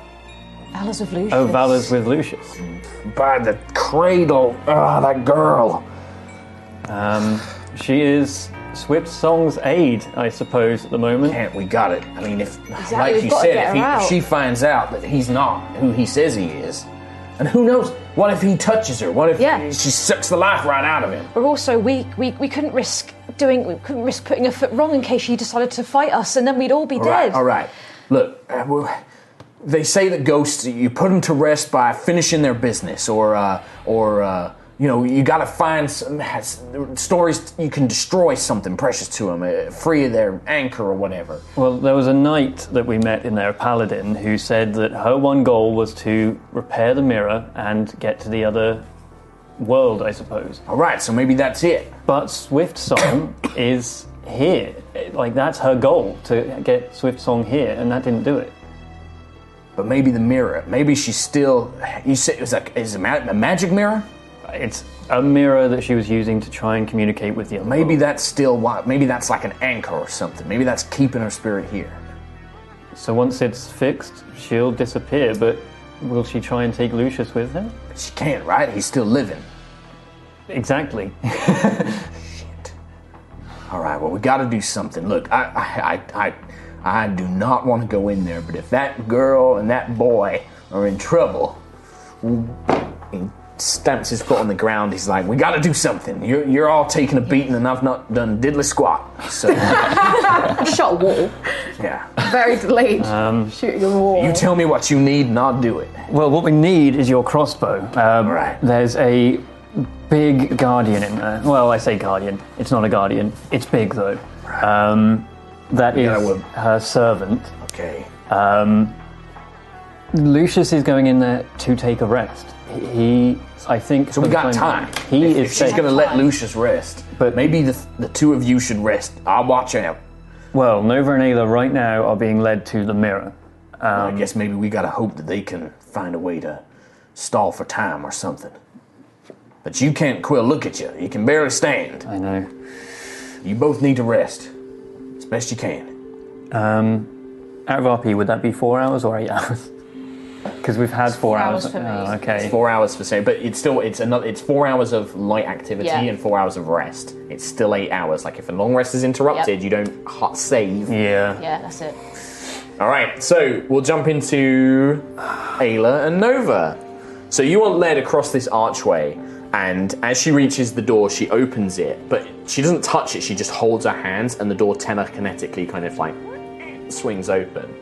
Speaker 10: Alice of Lucius.
Speaker 8: oh, Valor's with Lucius.
Speaker 6: Mm.
Speaker 11: By the cradle. Ah, that girl.
Speaker 8: Um, she is Swift Song's aide, I suppose, at the moment.
Speaker 2: Can't we got it? I mean, if
Speaker 8: Exactly,
Speaker 2: like
Speaker 8: we've
Speaker 2: you
Speaker 8: gotta
Speaker 2: said,
Speaker 8: get
Speaker 2: if,
Speaker 8: her
Speaker 2: he, if
Speaker 8: out.
Speaker 2: she finds out that he's not who he says he is, and who knows? What if he touches her? What if she sucks the life right out of him?
Speaker 7: We're also weak. We, we couldn't risk doing. We couldn't risk putting a foot wrong in case she decided to fight us, and then we'd all be
Speaker 2: All right,
Speaker 7: dead.
Speaker 2: all right. Look, uh, well, they say that ghosts you put them to rest by finishing their business, or uh, or uh, you know you got to find some has, stories you can destroy something precious to them, uh, free of their anchor or whatever.
Speaker 8: Well, there was a knight that we met in there, a paladin, who said that her one goal was to repair the mirror and get to the other world, I suppose.
Speaker 2: All right, so maybe that's it.
Speaker 8: But Swift Song <coughs> is here. Like, that's her goal, to get Swift Song here, and that didn't do it.
Speaker 2: But maybe the mirror. Maybe she's still. You said it was like is it ma- a magic mirror?
Speaker 8: It's a mirror that she was using to try and communicate with the other.
Speaker 2: Maybe that's still why. Maybe that's like an anchor or something. Maybe that's keeping her spirit here.
Speaker 8: So once it's fixed, she'll disappear, but will she try and take Lucius with her?
Speaker 2: She can't, right? He's still living.
Speaker 8: Exactly.
Speaker 2: All right. Well, we got to do something. Look, I, I, I, I, I do not want to go in there. But if that girl and that boy are in trouble, he stamps his foot on the ground. He's like, "We got to do something. You're, you're all taking a beating, and I've not done diddly squat." So,
Speaker 4: <laughs> Shot a wall.
Speaker 2: yeah. <laughs>
Speaker 4: Very delayed.
Speaker 8: Um,
Speaker 4: Shoot your wall.
Speaker 2: You tell me what you need, and I'll do it.
Speaker 8: Well, what we need is your crossbow. Um, right. There's a big guardian in there. Well, I say guardian. It's not a guardian. It's big though. Um, that is her servant.
Speaker 2: Okay.
Speaker 8: Um, Lucius is going in there to take a rest. He, I think.
Speaker 2: So we
Speaker 8: for the
Speaker 2: got time.
Speaker 8: He
Speaker 2: If-
Speaker 8: is.
Speaker 2: if she's
Speaker 8: safe.
Speaker 2: going to let Lucius rest, but maybe the, the two of you should rest. I'll watch out.
Speaker 8: Well, Nova and Ayla right now are being led to the mirror. Um,
Speaker 2: I guess maybe we got to hope that they can find a way to stall for time or something. But you can't, Quill. Look at you. You can barely stand.
Speaker 8: I know.
Speaker 2: You both need to rest as best you can.
Speaker 8: Um, out of RP, would that be four hours or eight hours? <laughs> Because we've had four, hours. Oh, okay.
Speaker 2: It's four hours for say, but it's still it's another it's four hours of light activity
Speaker 8: Yeah.
Speaker 2: and four hours of rest. It's still eight hours. Like if a long rest is interrupted,
Speaker 7: Yep.
Speaker 2: you don't hot save.
Speaker 7: Yeah, that's it.
Speaker 2: All right, so we'll jump into Ayla and Nova. So you are led across this archway, and as she reaches the door, she opens it, but she doesn't touch it. She just holds her hands, and the door telekinetically kind of like swings open.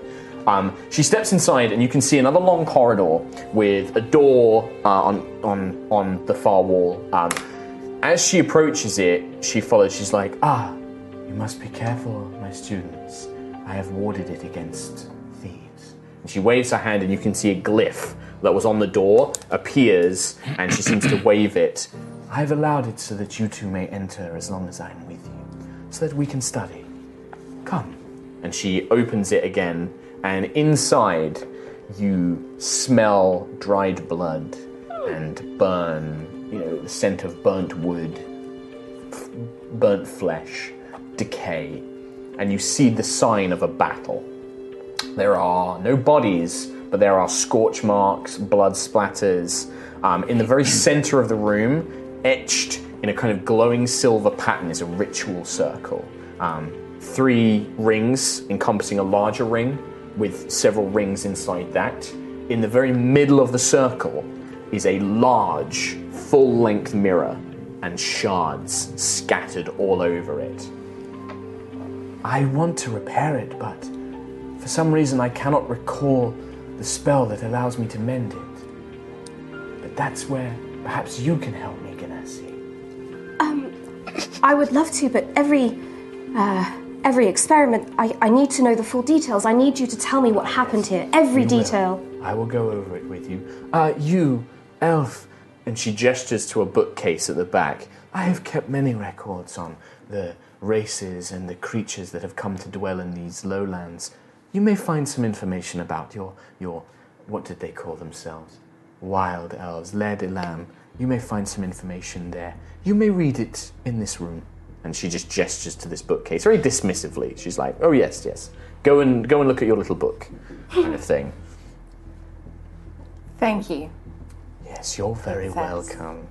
Speaker 2: Um, she steps inside, and you can see another long corridor with a door uh, on on on the far wall. Um, as she approaches it, she follows. She's like, Ah,
Speaker 11: you must be careful, my students. I have warded it against thieves.
Speaker 2: And she waves her hand, and you can see a glyph that was on the door appears, and she seems to wave it.
Speaker 11: I have allowed it so that you two may enter as long as I am with you, so that we can study.
Speaker 2: And she opens it again, and inside you smell dried blood and burn, you know, the scent of burnt wood, f- burnt flesh, decay, and you see the sign of a battle. There are no bodies, but there are scorch marks, blood splatters. Um, in the very center of the room, etched in a kind of glowing silver pattern, is a ritual circle. Um, three rings encompassing a larger ring, with several rings inside that. In the very middle of the circle is a large, full length mirror and shards scattered all over it.
Speaker 11: I want to repair it, but for some reason I cannot recall the spell that allows me to mend it. But that's where perhaps you can help me, Ganassi.
Speaker 9: Um, I would love to, but every uh, every experiment, I, I need to know the full details. I need you to tell me what happened here, every
Speaker 11: We will.
Speaker 9: detail.
Speaker 2: I will go over it with you.
Speaker 11: Uh, you, elf,
Speaker 2: And she gestures to a bookcase at the back.
Speaker 11: I have kept many records on the races and the creatures that have come to dwell in these lowlands. You may find some information about your your what did they call themselves?
Speaker 2: Wild Elves, Laird Elam. You may find some information there. You may read it in this room.
Speaker 13: And she just gestures to this bookcase very dismissively. She's like, "Oh yes, yes. Go and go and look at your little book, kind of thing."
Speaker 11: Thank you.
Speaker 2: Yes, you're very
Speaker 11: Princess.
Speaker 2: welcome.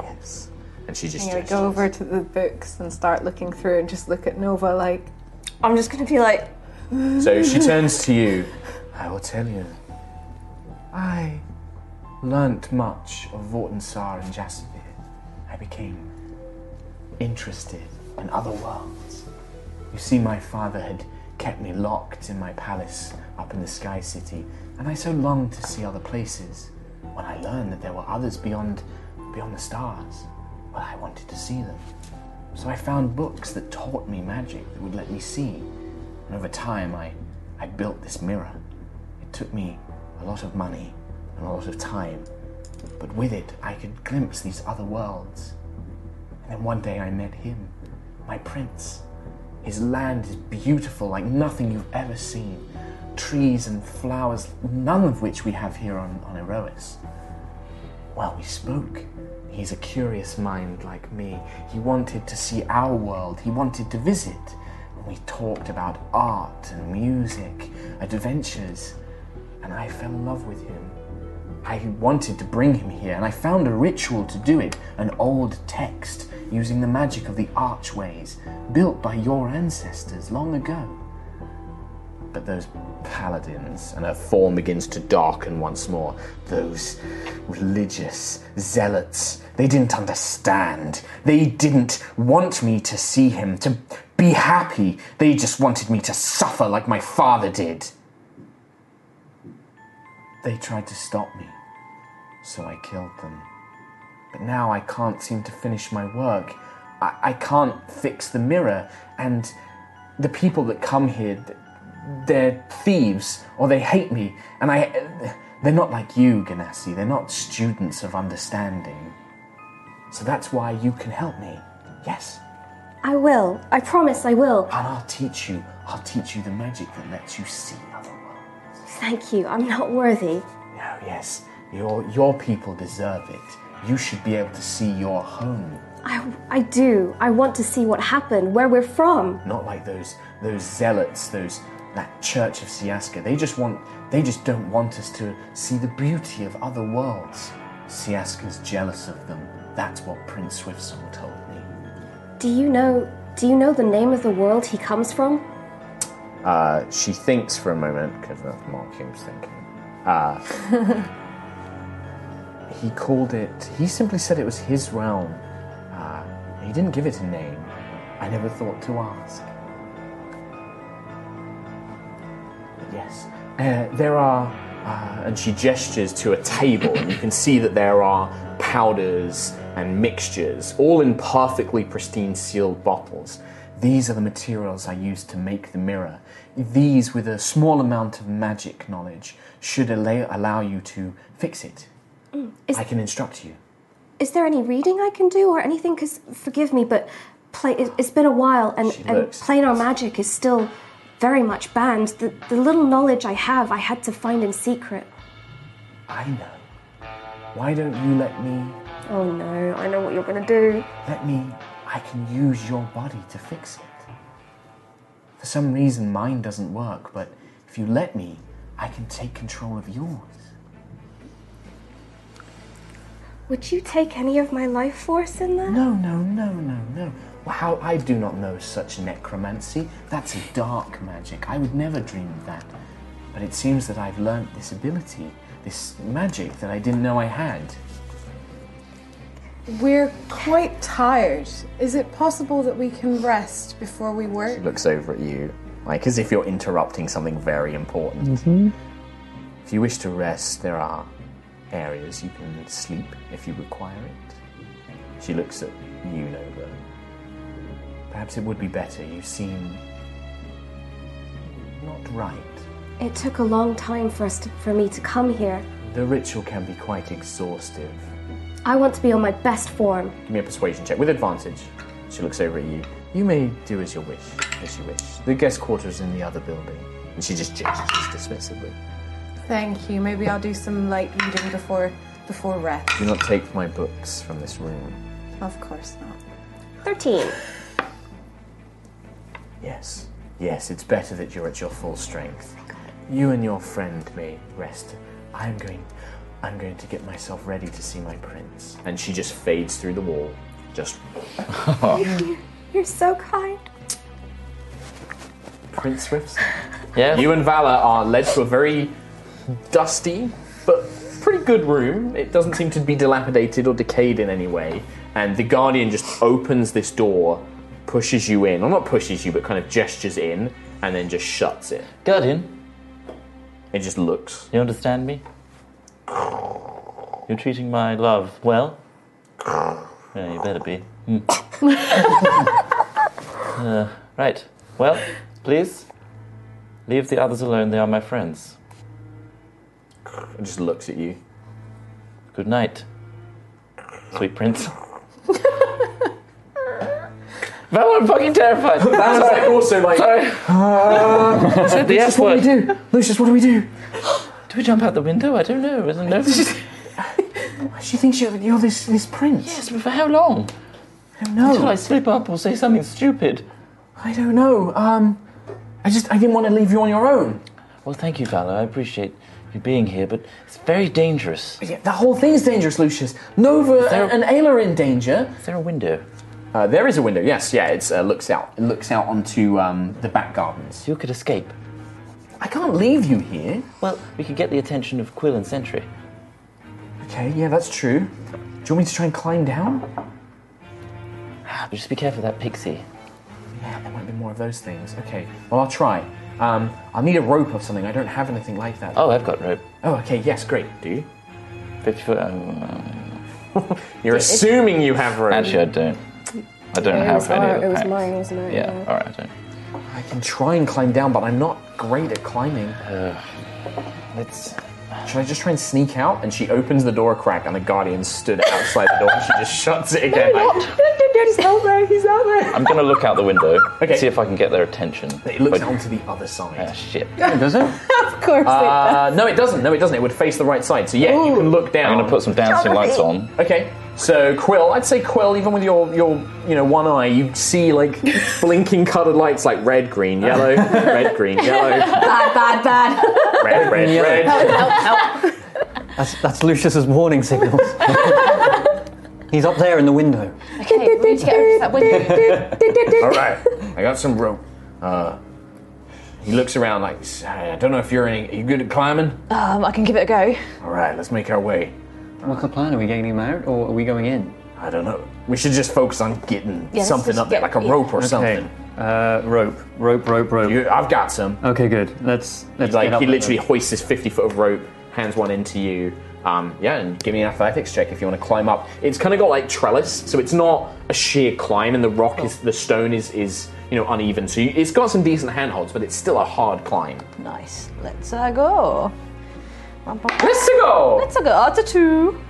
Speaker 2: Yes.
Speaker 13: And she just
Speaker 11: I'm gonna go over to the books and start looking through and just look at Nova like
Speaker 9: I'm just gonna be like
Speaker 13: So she turns to you.
Speaker 2: I will tell you. I learnt much of Vortensar and Jasper. I became interested in other worlds. You see, my father had kept me locked in my palace up in the Sky City, and I so longed to see other places. When I learned that there were others beyond beyond the stars, well, I wanted to see them. So I found books that taught me magic that would let me see. And over time, I, I built this mirror. It took me a lot of money and a lot of time, but with it, I could glimpse these other worlds. And then one day I met him, my prince. His land is beautiful like nothing you've ever seen. Trees and flowers, none of which we have here on, on Erois. Well, we spoke. He's a curious mind like me. He wanted to see our world, he wanted to visit. And we talked about art and music, adventures, and I fell in love with him. I wanted to bring him here, and I found a ritual to do it an old text using the magic of the archways built by your ancestors long ago.
Speaker 13: But those paladins, and her form begins to darken once more.
Speaker 2: Those religious zealots, they didn't understand. They didn't want me to see him, to be happy. They just wanted me to suffer like my father did. They tried to stop me, so I killed them. But now I can't seem to finish my work. I, I can't fix the mirror, and the people that come here, th- they're thieves, or they hate me, and I. They're not like you, Ganassi. They're not students of understanding. So that's why you can help me. Yes,
Speaker 9: I will. I promise I will.
Speaker 2: and I'll teach you. I'll teach you the magic that lets you see other worlds.
Speaker 9: Thank you. I'm not worthy.
Speaker 2: No, yes, your your people deserve it. You should be able to see your home,
Speaker 9: I, I do. I want to see what happened, where we're from.
Speaker 2: not like those those zealots, those that Church of Siaska. They just want they just don't want us to see the beauty of other worlds. Siaska's jealous of them. That's what Prince Swiftsong told me.
Speaker 9: Do you know do you know the name of the world he comes from?
Speaker 13: Uh, she thinks for a moment, because that's Mark Hume's thinking. Uh,
Speaker 2: <laughs> He called it. He simply said it was his realm. Uh, he didn't give it a name. I never thought to ask. But yes,
Speaker 13: Uh, there are. Uh, and she gestures to a table, and you can see that there are powders and mixtures, all in perfectly pristine sealed bottles.
Speaker 2: These are the materials I used to make the mirror. These, with a small amount of magic knowledge, should allow, allow you to fix it.
Speaker 9: Mm, Is,
Speaker 2: I can instruct you.
Speaker 9: is there any reading I can do or anything? Because forgive me, but play, it, it's been a while and,
Speaker 2: She
Speaker 9: and
Speaker 2: looks-
Speaker 9: planar magic is still very much banned. The, the little knowledge I have, I had to find in secret.
Speaker 2: I know. Why don't you let me?
Speaker 9: Oh no, I know what you're gonna do.
Speaker 2: Let me. I can use your body to fix it. For some reason, mine doesn't work, but if you let me, I can take control of yours.
Speaker 9: Would you take any of my life force in that?
Speaker 2: No, no, no, no, no. Well, How I do not know such necromancy. That's a dark magic. I would never dream of that. But it seems that I've learnt this ability, this magic that I didn't know I had.
Speaker 4: We're quite tired. Is it possible that we can rest before we work?
Speaker 13: She looks over at you, like as if you're interrupting something very important.
Speaker 2: Mm-hmm.
Speaker 13: If you wish to rest, there are areas you can sleep if you require it. She looks at you, Nova.
Speaker 2: Perhaps it would be better. You seem not right.
Speaker 9: It took a long time for us to, for me to come here.
Speaker 2: The ritual can be quite exhaustive.
Speaker 9: I want to be on my best form. <laughs>
Speaker 13: Give me a persuasion check with advantage. She looks over at you. You may do as you wish, as you wish. The guest quarters in the other building, and she just gestures dismissively.
Speaker 4: Thank you. Maybe I'll do some light reading before
Speaker 3: before rest.
Speaker 2: Do not take my books from this room.
Speaker 3: Of course not.
Speaker 9: 13.
Speaker 11: Yes. Yes, it's better that you're at your full strength. You and your friend may rest. I'm going I'm going to get myself ready to see
Speaker 8: <laughs>
Speaker 11: my prince.
Speaker 2: And she just fades through the wall.
Speaker 6: <laughs>
Speaker 2: Just.
Speaker 9: You're so kind.
Speaker 2: Prince Swifts.
Speaker 6: Yeah.
Speaker 2: You and Valor are led to a very dusty but pretty good room. It doesn't seem to be dilapidated or decayed in any way. And the Guardian just opens this door, pushes you in, or not pushes you, but kind of gestures in, and then just shuts it.
Speaker 6: Guardian.
Speaker 2: It just looks.
Speaker 6: You understand me? You're treating my love well? Yeah, you better be. Hmm. Uh, right. Well, please leave the others alone. They are my friends.
Speaker 2: It just looks at you.
Speaker 6: Good night, sweet prince.
Speaker 2: <laughs>
Speaker 6: Val, I'm fucking
Speaker 2: <gasps>
Speaker 6: terrified. <laughs>
Speaker 2: Val's like also like.
Speaker 6: Sorry.
Speaker 11: Uh,
Speaker 6: Said the
Speaker 11: Lucius,
Speaker 6: F
Speaker 11: what do
Speaker 6: word.
Speaker 11: we do? Lucius, what do we do?
Speaker 6: Do we jump out the window? I don't know. I don't know. <laughs>
Speaker 11: She thinks you're, you're this, this prince.
Speaker 6: Yes, but for how long?
Speaker 11: I don't know.
Speaker 6: Until I slip up or say something stupid.
Speaker 11: I don't know. Um, I just I didn't want to leave you on your own.
Speaker 6: Well, thank you, Valor. I appreciate you being here, but it's very dangerous.
Speaker 11: Yeah, the whole thing is dangerous, Lucius. Nova and, and Ayla are in danger.
Speaker 6: Is there a window?
Speaker 2: Uh, there is a window. Yes, yeah. It uh, looks out. It looks out onto um, the back gardens.
Speaker 6: You could escape.
Speaker 11: I can't leave you here.
Speaker 6: Well, we could get the attention of Quill and Sentry.
Speaker 11: Okay, yeah, that's true. Do you want me to try and climb down?
Speaker 6: But just be careful of that pixie.
Speaker 11: Yeah, there might be more of those things. Okay, well, I'll try. Um, I'll need a rope or something. I don't have anything like that.
Speaker 6: Oh, I've got rope.
Speaker 11: Oh, okay, yes, great.
Speaker 2: Do you?
Speaker 6: 50 foot.
Speaker 11: <laughs>
Speaker 6: Um,
Speaker 2: You're assuming you have rope.
Speaker 6: Actually, I don't. I don't
Speaker 11: It
Speaker 6: have
Speaker 11: was
Speaker 6: any
Speaker 11: our-
Speaker 6: of the
Speaker 11: Oh, it was
Speaker 6: packs.
Speaker 11: mine, wasn't it?
Speaker 6: Yeah,
Speaker 11: Yeah.
Speaker 6: alright, I don't.
Speaker 11: I can try and climb down, but I'm not great at climbing.
Speaker 6: Let's.
Speaker 2: Should I just try and sneak out? And she opens the door crack, and the guardian stood outside the door, and she just <laughs> shuts it again. like-
Speaker 11: He's not there, he's not there.
Speaker 6: I'm gonna look out the window.
Speaker 2: Okay.
Speaker 6: See if I can get their attention.
Speaker 2: It looks
Speaker 6: But-
Speaker 2: onto the other side.
Speaker 6: Ah, shit.
Speaker 2: does it?
Speaker 11: Of
Speaker 10: <laughs>
Speaker 11: course
Speaker 2: Uh, no, it doesn't. No, it doesn't. It would face the right side. So yeah, you can look down.
Speaker 6: I'm gonna put some dancing lights on.
Speaker 2: Okay. So Quill, I'd say Quill, even with your your you know one eye, you see like blinking coloured lights, like red, green, yellow, red,
Speaker 9: <laughs>
Speaker 2: green, yellow,
Speaker 7: Bad, bad, bad.
Speaker 2: red, red,
Speaker 8: Yeah.
Speaker 2: red.
Speaker 8: <laughs>
Speaker 7: help, help, help.
Speaker 8: That's, that's Lucius's warning <laughs> signals. He's up there in the window.
Speaker 7: Okay, we need to get over to that window.
Speaker 10: <laughs>
Speaker 2: All right, I got some rope. Uh, he looks around like I don't know if you're any. Are you good at climbing?
Speaker 7: Um, I can give it a go.
Speaker 2: All right, let's make our way.
Speaker 8: What's the plan? Are we getting him out or are we going in?
Speaker 2: I don't know. We should just focus on getting
Speaker 8: Yeah, let's
Speaker 2: something
Speaker 8: just
Speaker 2: up there,
Speaker 8: get-
Speaker 2: like a rope or
Speaker 8: Okay.
Speaker 2: something.
Speaker 8: Uh, rope, rope, rope, rope.
Speaker 2: I've got some.
Speaker 8: Okay, good. Let's let's
Speaker 2: like
Speaker 8: get up
Speaker 2: he
Speaker 8: there.
Speaker 2: literally hoists this 50 foot of rope, hands one into you. Um, yeah, and give me an athletics check if you want to climb up. It's kind of got like trellis, so it's not a sheer climb, and the rock is the stone is is you know uneven. So you, it's got some decent handholds, but it's still a hard climb.
Speaker 7: Nice. Let's uh, go.
Speaker 2: Let's go.
Speaker 7: Let's go. That's
Speaker 2: <laughs>
Speaker 7: a two.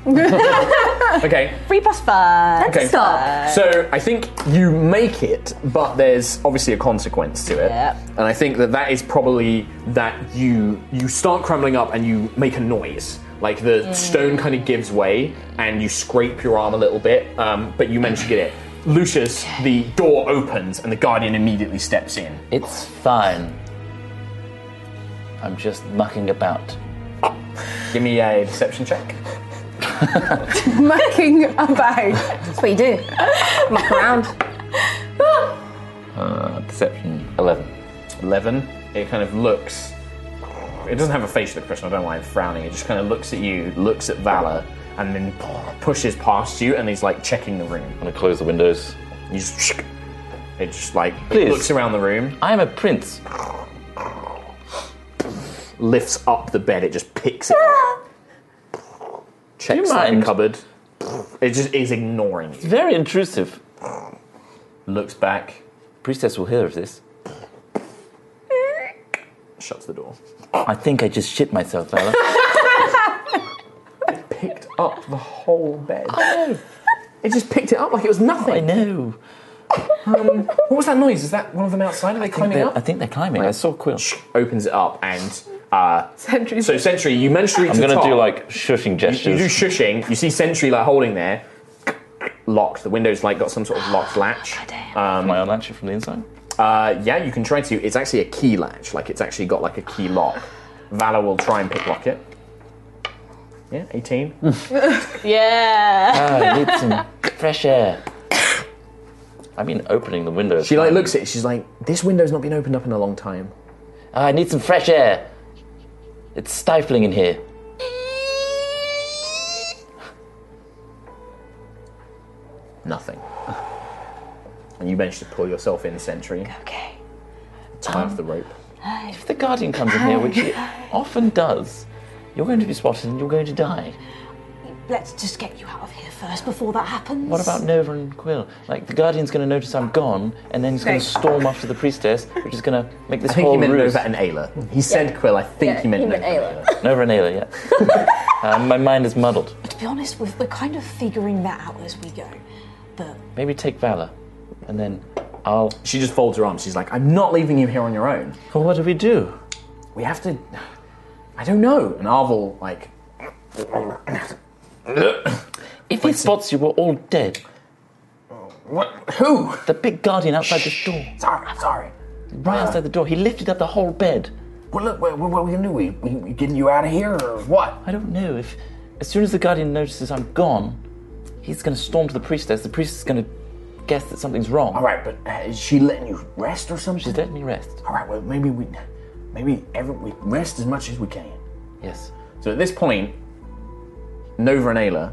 Speaker 2: Okay.
Speaker 7: Three plus five.
Speaker 2: okay.
Speaker 7: <laughs>
Speaker 2: So I think you make it, but there's obviously a consequence to it.
Speaker 7: Yeah.
Speaker 2: And I think that that is probably that you you start crumbling up and you make a noise. Like the
Speaker 11: Mm.
Speaker 2: stone kind of gives way and you scrape your arm a little bit, um, but you manage to get it. Lucius, the door opens and the guardian immediately steps in.
Speaker 6: It's fine. I'm just mucking about.
Speaker 2: Give me a deception check.
Speaker 4: <laughs>
Speaker 7: Mucking about. That's what you do. Muck around.
Speaker 2: Uh, perception eleven. Eleven. It kind of looks. It doesn't have a facial expression. I don't know why I'm frowning. It just kind of looks at you, looks at Valor, and then pushes past you, and he's like checking the room.
Speaker 6: I'm gonna close the windows.
Speaker 2: You just. It just like
Speaker 6: Please.
Speaker 2: looks around the room.
Speaker 6: I'm a prince.
Speaker 2: Lifts up the bed. It just picks it up. Checks
Speaker 6: Ah! You
Speaker 2: the
Speaker 6: mind?
Speaker 2: cupboard. It just is ignoring you.
Speaker 6: Very intrusive.
Speaker 2: Looks back.
Speaker 6: Priestess will hear of this.
Speaker 2: Shuts the door.
Speaker 6: I think I just shit myself, Valor.
Speaker 11: Picked up the whole bed.
Speaker 2: It just picked it up like it was nothing. I
Speaker 6: Oh. know.
Speaker 11: Um, what was that noise? Is that one of them outside? Are they climbing
Speaker 6: They're-
Speaker 11: up?
Speaker 6: I think they're climbing. I saw Quill.
Speaker 2: Opens it up and Uh,
Speaker 12: Sentry's-
Speaker 2: So Sentry, you mention
Speaker 6: I'm gonna do like shushing
Speaker 2: You,
Speaker 6: gestures.
Speaker 2: you do shushing. You see Sentry like holding there, locked. The window's like got some sort of locked latch. Um,
Speaker 6: Oh, Can I unlatch it from the inside?
Speaker 2: Uh, yeah, you can try to. It's actually a key latch. Like it's actually got like a key lock. Valor will try and picklock it. Yeah, eighteen.
Speaker 14: yeah.
Speaker 6: <laughs>
Speaker 2: Ah,
Speaker 6: fresh air. <laughs> I mean, opening the window.
Speaker 2: She like looks at it. She's like, "This window's not been opened up in a long time."
Speaker 6: I need some fresh air. It's stifling in here.
Speaker 2: Nothing. And you manage to pull yourself in, Sentry. Okay. Tie off the rope.
Speaker 6: If the guardian comes in here, which it often does, you're going to be spotted and you're going to die.
Speaker 7: Let's just get you out of here first before that happens.
Speaker 6: What about Nova and Quill? Like the guardian's going to notice I'm gone, and then he's going to storm after the priestess, which is going to make this
Speaker 2: I think
Speaker 6: whole
Speaker 2: he meant
Speaker 6: ruse.
Speaker 2: Nova and Ayla. He said Quill. I think
Speaker 7: Yeah,
Speaker 2: he meant
Speaker 7: he meant
Speaker 2: Nova. and
Speaker 7: Ayla.
Speaker 2: Ayla.
Speaker 6: Nova and Ayla, yeah. <laughs> um, my mind is muddled.
Speaker 7: To be honest, we've, we're kind of figuring that out as we go. But
Speaker 6: Maybe take Valor, and then I'll.
Speaker 2: She just folds her arms. She's like, I'm not leaving you here on your own.
Speaker 6: Well, what do we do?
Speaker 2: We have to. I don't know. And Arvel, like.
Speaker 9: <laughs>
Speaker 6: If he spots you, we're all dead.
Speaker 2: What? Who?
Speaker 6: The big guardian outside this door.
Speaker 2: Sorry, sorry.
Speaker 6: Right outside the door. He lifted up the whole bed.
Speaker 2: Well, look, what, what are we gonna do? We, we, we getting you out of here or what?
Speaker 6: I don't know. If as soon as the guardian notices I'm gone, he's going to storm to the priestess. The priestess is going to guess that something's wrong. All
Speaker 2: right, but uh, is she letting you rest or something?
Speaker 6: She's letting me rest.
Speaker 2: All right. Well, maybe we, maybe every, we rest as much as we can.
Speaker 6: Yes.
Speaker 2: So at this point, Nova and Ayla,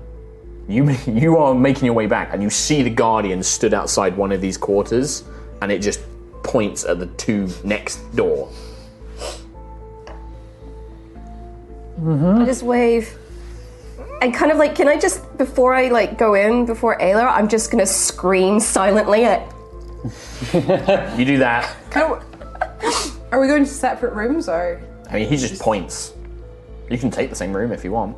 Speaker 2: you <laughs> you are making your way back, and you see the guardian stood outside one of these quarters, and it just points at the two next door.
Speaker 9: Mm-hmm. I just wave. And kind of like, can I just before I like go in before Ayla, I'm just gonna scream silently at.
Speaker 2: You do that.
Speaker 4: Can I- are we going to separate rooms or?
Speaker 2: I mean, he just points. You can take the same room if you want.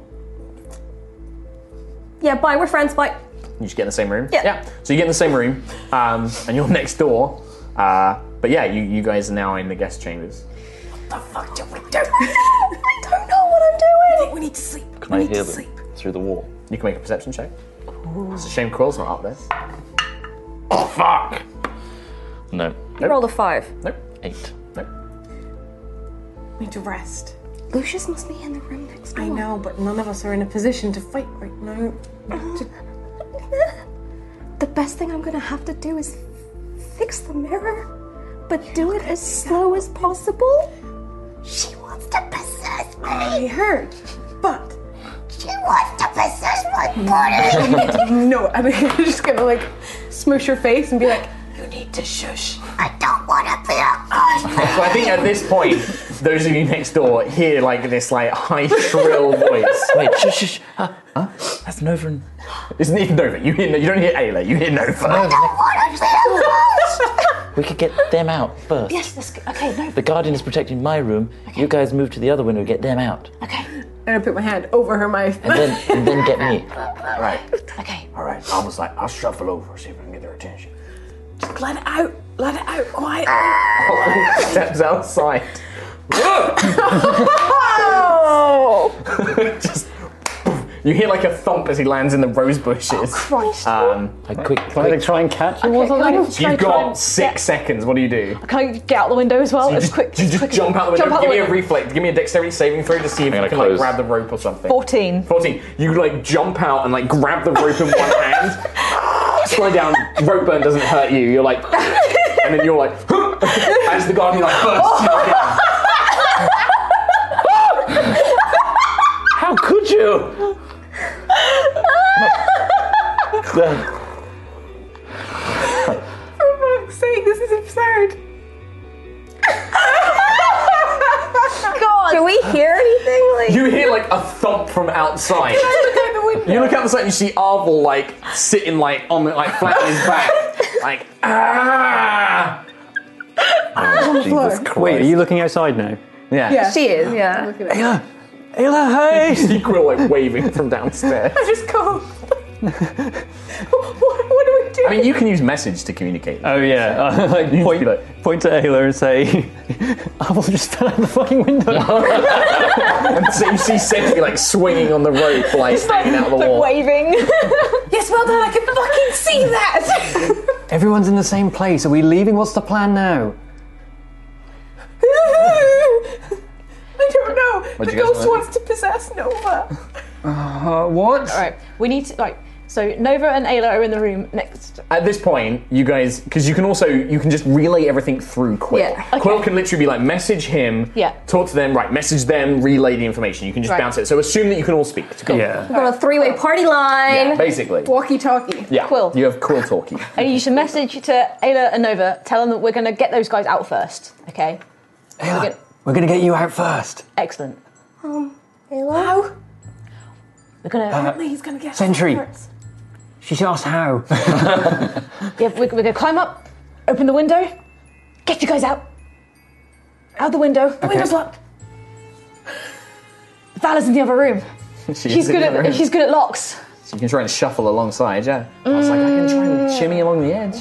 Speaker 9: Yeah, bye. We're friends. Bye.
Speaker 2: You just get in the same room.
Speaker 9: Yeah.
Speaker 2: So you get in the same room, um, <laughs> and you're next door. Uh, but yeah, you, you guys are now in the guest chambers.
Speaker 9: Fuck. Do we do? <laughs> I don't know what I'm doing. I think we need to sleep.
Speaker 6: Can I hear them through the wall?
Speaker 2: You can make a perception check. It's a shame Quill's not up there. Oh fuck!
Speaker 6: No.
Speaker 9: Roll a five.
Speaker 2: Nope.
Speaker 6: Eight.
Speaker 4: We need to rest.
Speaker 9: Lucius must be in the room next door.
Speaker 4: I know, but none of us are in a position to fight right now.
Speaker 9: Uh-huh. The best thing I'm gonna have to do is fix the mirror, but do it as slow as possible. She wants to possess me. I
Speaker 4: heard, but
Speaker 9: she wants to possess my
Speaker 10: <laughs>
Speaker 4: no, and I'm just gonna like smoosh your face and be like, "You need to shush."
Speaker 9: I don't want to be a
Speaker 2: So I think at this point, those of you next door hear like this like high shrill voice.
Speaker 6: Wait, shush, shush. Huh? That's Nova and.
Speaker 2: It's not even Nova. You hear, you don't hear Ayla. You hear Nova.
Speaker 10: <laughs>
Speaker 6: We could get them out first.
Speaker 7: yes, let's go. Okay, no.
Speaker 6: The guardian is protecting my room. You guys move to the other window and get them out.
Speaker 4: And I put my hand over her mouth.
Speaker 6: And then and then get
Speaker 9: <laughs>
Speaker 6: me.
Speaker 2: All right. Okay. All right. I was like, I'll shuffle over see if I can get their attention.
Speaker 4: Just let it out. Let it out. Quiet.
Speaker 9: Ah.
Speaker 10: <laughs>
Speaker 2: Oh, <laughs> Steps outside. <laughs> Just. You hear like a thump as he lands in the rose bushes.
Speaker 4: Christ.
Speaker 2: Um,
Speaker 6: I quick,
Speaker 8: Try to try and catch him or
Speaker 10: Oh, Okay, can I
Speaker 8: something.
Speaker 10: try-
Speaker 2: You've
Speaker 10: try
Speaker 2: got
Speaker 10: and-
Speaker 2: six seconds. What do you do?
Speaker 10: Can I get out the window Oh, as well?
Speaker 2: You
Speaker 10: It's
Speaker 2: just,
Speaker 10: quick.
Speaker 2: you just jump out the window.
Speaker 10: Jump out the
Speaker 2: give me
Speaker 10: window.
Speaker 2: a reflex. Give me a dexterity saving throw to see if
Speaker 6: I'm gonna
Speaker 2: you can like
Speaker 6: close.
Speaker 2: grab the rope or something.
Speaker 10: 14.
Speaker 2: 14. You like jump out and like grab the rope in one hand, slide down. Rope burn doesn't hurt you. You're like, and then you're like, <laughs> as the guardian like bursts. you
Speaker 9: <laughs>
Speaker 10: Oh. <laughs>
Speaker 2: down.
Speaker 6: How could you? The-
Speaker 4: For fuck's sake, this is absurd.
Speaker 9: God. Do we hear anything?
Speaker 10: Oh,
Speaker 9: Like
Speaker 2: You hear like a thump from outside. You look outside and you see Arvel like sitting like on the like flat on his back, like ah.
Speaker 10: Oh,
Speaker 6: Oh,
Speaker 8: Wait, are you looking outside now?
Speaker 2: Yeah.
Speaker 9: she is. Yeah.
Speaker 8: Ayla, Ayla, <laughs> hey!
Speaker 2: You see Quill like waving from downstairs.
Speaker 4: I just go. what, what do we
Speaker 12: do
Speaker 2: I mean, you
Speaker 8: <laughs>
Speaker 2: can use message to communicate.
Speaker 8: Oh yeah,
Speaker 2: <laughs>
Speaker 8: uh, <laughs> like point, point to Ayla and say, "I will just fell out the fucking <laughs> window."
Speaker 2: <laughs> and so you see Sentry like swinging on the rope, like hanging out the wall.
Speaker 9: waving. yes, well done. I can fucking see
Speaker 10: <laughs>
Speaker 9: that.
Speaker 8: Everyone's in the same place. Are we leaving? What's the plan now?
Speaker 10: I don't know.
Speaker 8: What'd
Speaker 10: the
Speaker 8: you guys
Speaker 10: ghost
Speaker 8: want?
Speaker 10: wants to possess Nova.
Speaker 2: Uh, what?
Speaker 10: All right, we need to like. So Nova and Ayla are in the room next.
Speaker 2: At this point, you guys, because you can also you can just relay everything through Quill.
Speaker 10: Yeah. Okay.
Speaker 2: Quill can literally be like, message him,
Speaker 10: Yeah.
Speaker 2: talk to them, right? Message them, relay the information. You can just
Speaker 9: Right.
Speaker 2: bounce it. So assume that you can all speak. To Quill.
Speaker 9: We've got a three-way party line.
Speaker 2: Yeah, basically.
Speaker 9: Walkie-talkie.
Speaker 2: Yeah.
Speaker 10: Quill.
Speaker 2: You have Quill talkie. <laughs>
Speaker 10: And you should message to Ayla and Nova, tell them that we're going to get those guys out first. Okay. We're gonna-
Speaker 8: We're gonna get you out first.
Speaker 10: excellent.
Speaker 9: Um, hello.
Speaker 10: We're gonna.
Speaker 2: Uh,
Speaker 8: Apparently
Speaker 10: he's gonna get
Speaker 8: Sentry. She's asked how.
Speaker 10: Yeah, we're, we're gonna climb up, open the window, get you guys out. Out the window. The
Speaker 8: Okay.
Speaker 10: window's locked. Vala's in the other room.
Speaker 2: She
Speaker 10: she's
Speaker 2: is in
Speaker 10: good
Speaker 2: the
Speaker 10: at
Speaker 2: other room.
Speaker 10: she's good at locks.
Speaker 2: So you can try and shuffle alongside. Yeah. I was like, I can try
Speaker 9: Mm.
Speaker 2: and shimmy along the edge.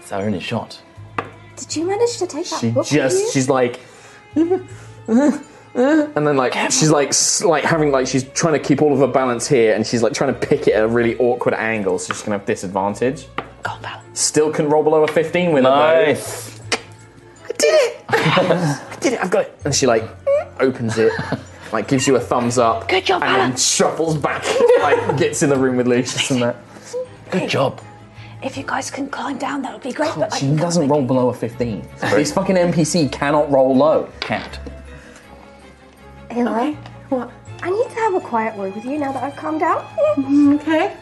Speaker 2: It's our only shot.
Speaker 9: Did you manage to take that
Speaker 2: She
Speaker 9: book?
Speaker 2: just she's like,
Speaker 12: Uh,
Speaker 2: and then like she's like s- like having like she's trying to keep all of her balance here, and she's like trying to pick it at a really awkward angle, so she's gonna have disadvantage. Go balance. Still can roll below a fifteen with nice. I did it. I did it. I've got it. And she like opens it, like gives you a thumbs up.
Speaker 10: Good job,
Speaker 2: And then
Speaker 10: balance.
Speaker 2: shuffles back, like gets in the room with Lucius and that. Good job.
Speaker 10: If you guys can climb down, that would be great. but <laughs>
Speaker 2: She doesn't roll below a 15. These fucking NPC cannot roll low. Can't. <coughs>
Speaker 9: Hello. What? I need to have a quiet word with you now that I've calmed
Speaker 12: Mm,
Speaker 9: down. Okay.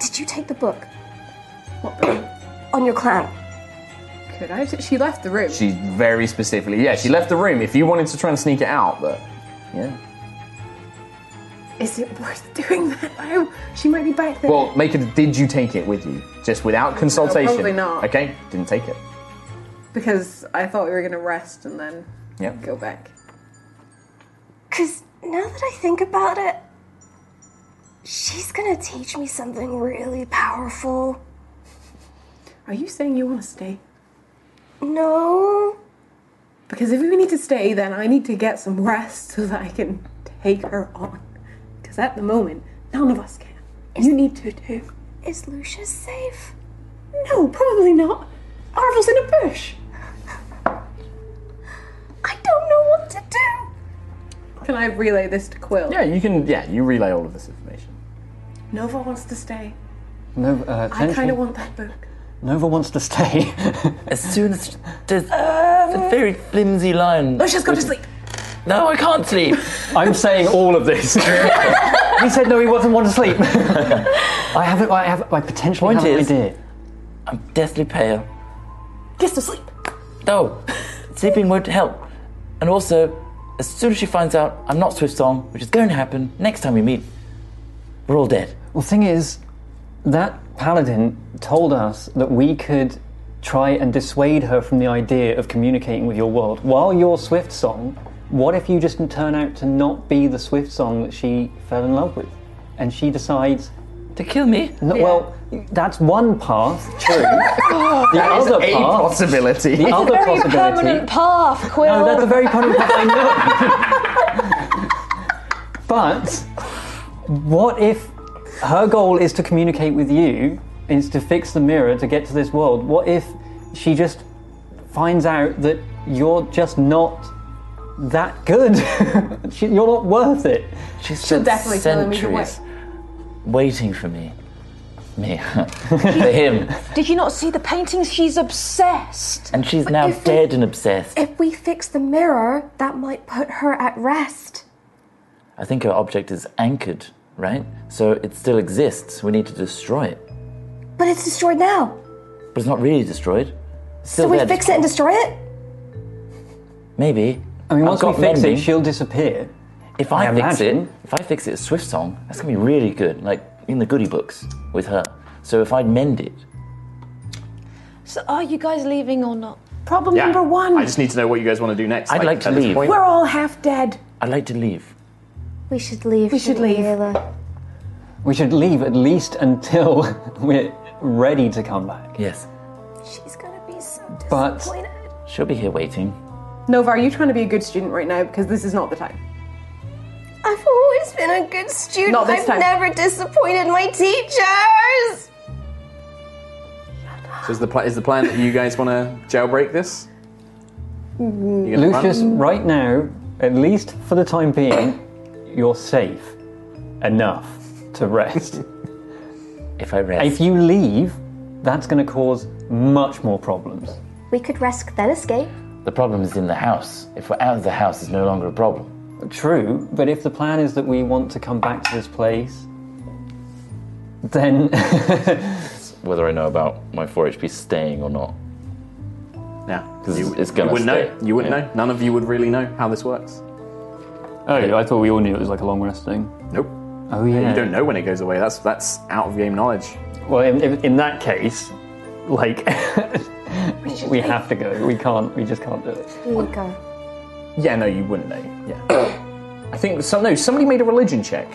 Speaker 9: Did you take the book? What book? On your clan.
Speaker 12: Could I? She left the room.
Speaker 2: She very specifically, yeah, she left the room if you wanted to try and sneak it out, but yeah.
Speaker 4: Is it worth doing that? Oh, she might be back there.
Speaker 2: Well, make it. Did you take it with you, just without consultation?
Speaker 4: probably not.
Speaker 2: Okay, didn't take it.
Speaker 4: because I thought we were going to rest and then
Speaker 2: Yeah.
Speaker 4: go back.
Speaker 9: Because now that I think about it, she's gonna teach me something really powerful.
Speaker 4: Are you saying you want to stay?
Speaker 9: No.
Speaker 4: Because if we need to stay, then I need to get some rest so that I can take her on. Because at the moment, none of us can. you need to too.
Speaker 9: Is Lucius safe?
Speaker 4: No, probably not. Arvel's in a bush.
Speaker 9: I don't know what to do.
Speaker 4: Can I relay this to Quill?
Speaker 2: Yeah, you can. Yeah, you relay all of this information.
Speaker 4: Nova wants to stay.
Speaker 8: No, uh,
Speaker 4: I kind
Speaker 8: Sentry,
Speaker 4: of want that book.
Speaker 8: Nova wants to stay.
Speaker 6: <laughs> As soon as there's a very flimsy line.
Speaker 4: Lucius, go to sleep.
Speaker 6: No, I can't sleep.
Speaker 8: <laughs> I'm saying all of this. <laughs> he said no, he wasn't want to sleep. <laughs> I haven't. I have. I potentially
Speaker 6: Point
Speaker 8: have
Speaker 6: is-
Speaker 8: an idea.
Speaker 6: I'm deathly pale.
Speaker 4: Get to sleep.
Speaker 6: uh, No, sleeping won't help. And also, as soon as she finds out I'm not Swift Song, which is going to happen next time we meet, we're all dead.
Speaker 8: Well, thing is, that paladin told us that we could try and dissuade her from the idea of communicating with your world. While you're Swift Song, what if you just turn out to not be the Swift Song that she fell in love with, and she decides
Speaker 6: to kill me?
Speaker 8: No, Well, that's one path. True. the
Speaker 2: That is
Speaker 8: other
Speaker 2: a
Speaker 8: path,
Speaker 2: possibility.
Speaker 8: The
Speaker 2: It's a
Speaker 8: other
Speaker 2: very
Speaker 8: possibility.
Speaker 2: permanent
Speaker 10: path, Quill.
Speaker 4: Oh,
Speaker 8: No, that's a very permanent path. I know. <laughs> but what if her goal is to communicate with you, is to fix the mirror to get to this world? What if she just finds out that you're just not that good? <laughs> She- you're not worth it.
Speaker 6: She's
Speaker 4: She'll definitely kill him either way.
Speaker 6: centuries waiting for me. Me. <laughs> for him.
Speaker 10: Did you not see the paintings? She's obsessed.
Speaker 6: And she's now
Speaker 9: if we-
Speaker 6: dead and obsessed.
Speaker 9: If we fix the mirror, that might put her at rest.
Speaker 6: I think her object is anchored, right? So it still exists. We need to destroy it.
Speaker 9: But it's destroyed now.
Speaker 6: But it's not really destroyed. It's
Speaker 9: so
Speaker 6: still
Speaker 9: we
Speaker 6: there.
Speaker 9: fix it and destroy it?
Speaker 6: Maybe.
Speaker 8: I mean,
Speaker 6: I've
Speaker 8: once we
Speaker 6: got
Speaker 8: fix
Speaker 6: mending.
Speaker 8: it, she'll disappear.
Speaker 6: If I,
Speaker 8: I
Speaker 6: fix it,
Speaker 8: imagine.
Speaker 6: if I fix it as Swift Song, that's gonna be really good, like in the goodie books with her. So if I mend it,
Speaker 10: So are you guys leaving or not? Problem number one.
Speaker 2: I just need to know what you guys want to do next.
Speaker 6: I'd like to
Speaker 2: at this
Speaker 6: leave.
Speaker 2: point.
Speaker 6: We're
Speaker 10: all half dead.
Speaker 6: I'd like to leave.
Speaker 9: We should leave. We should leave. Ayla?
Speaker 8: We should leave at least until <laughs> we're ready to come back.
Speaker 6: Yes.
Speaker 9: She's gonna be so
Speaker 8: But
Speaker 6: she'll be here waiting.
Speaker 4: Nova, are you trying to be a good student right now? Because this is not the time.
Speaker 9: I've always been a good student.
Speaker 4: Not this
Speaker 9: I've
Speaker 4: time.
Speaker 9: never disappointed my teachers.
Speaker 2: So is the, pl- is the plan that you guys want to jailbreak this? You got a plan?
Speaker 8: Mm-hmm. Lucius, right now, at least for the time being, you're safe enough to rest.
Speaker 6: <laughs> if I rest.
Speaker 8: If you leave, that's going to cause much more problems.
Speaker 9: We could risk then escape.
Speaker 6: The problem is in the house. If we're out of the house, it's no longer a problem.
Speaker 8: True, but if the plan is that we want to come back to this place, then <laughs>
Speaker 6: Whether I know about my 4 HP staying or not.
Speaker 2: Yeah.
Speaker 6: Because
Speaker 2: You-
Speaker 6: it's going
Speaker 2: you
Speaker 6: to
Speaker 2: wouldn't
Speaker 6: stay.
Speaker 2: know. You wouldn't know. None of you would really know how this works.
Speaker 8: Oh, I thought we all knew it was like a long rest thing.
Speaker 2: Nope.
Speaker 8: Oh yeah.
Speaker 2: You don't know when it goes away. That's that's out of game knowledge.
Speaker 8: Well, in, in, in that case, like <laughs> we have to go. We can't. We just can't do it.
Speaker 9: Here you go.
Speaker 2: Yeah, no, you wouldn't know. Yeah. I think some no. Somebody made a religion check.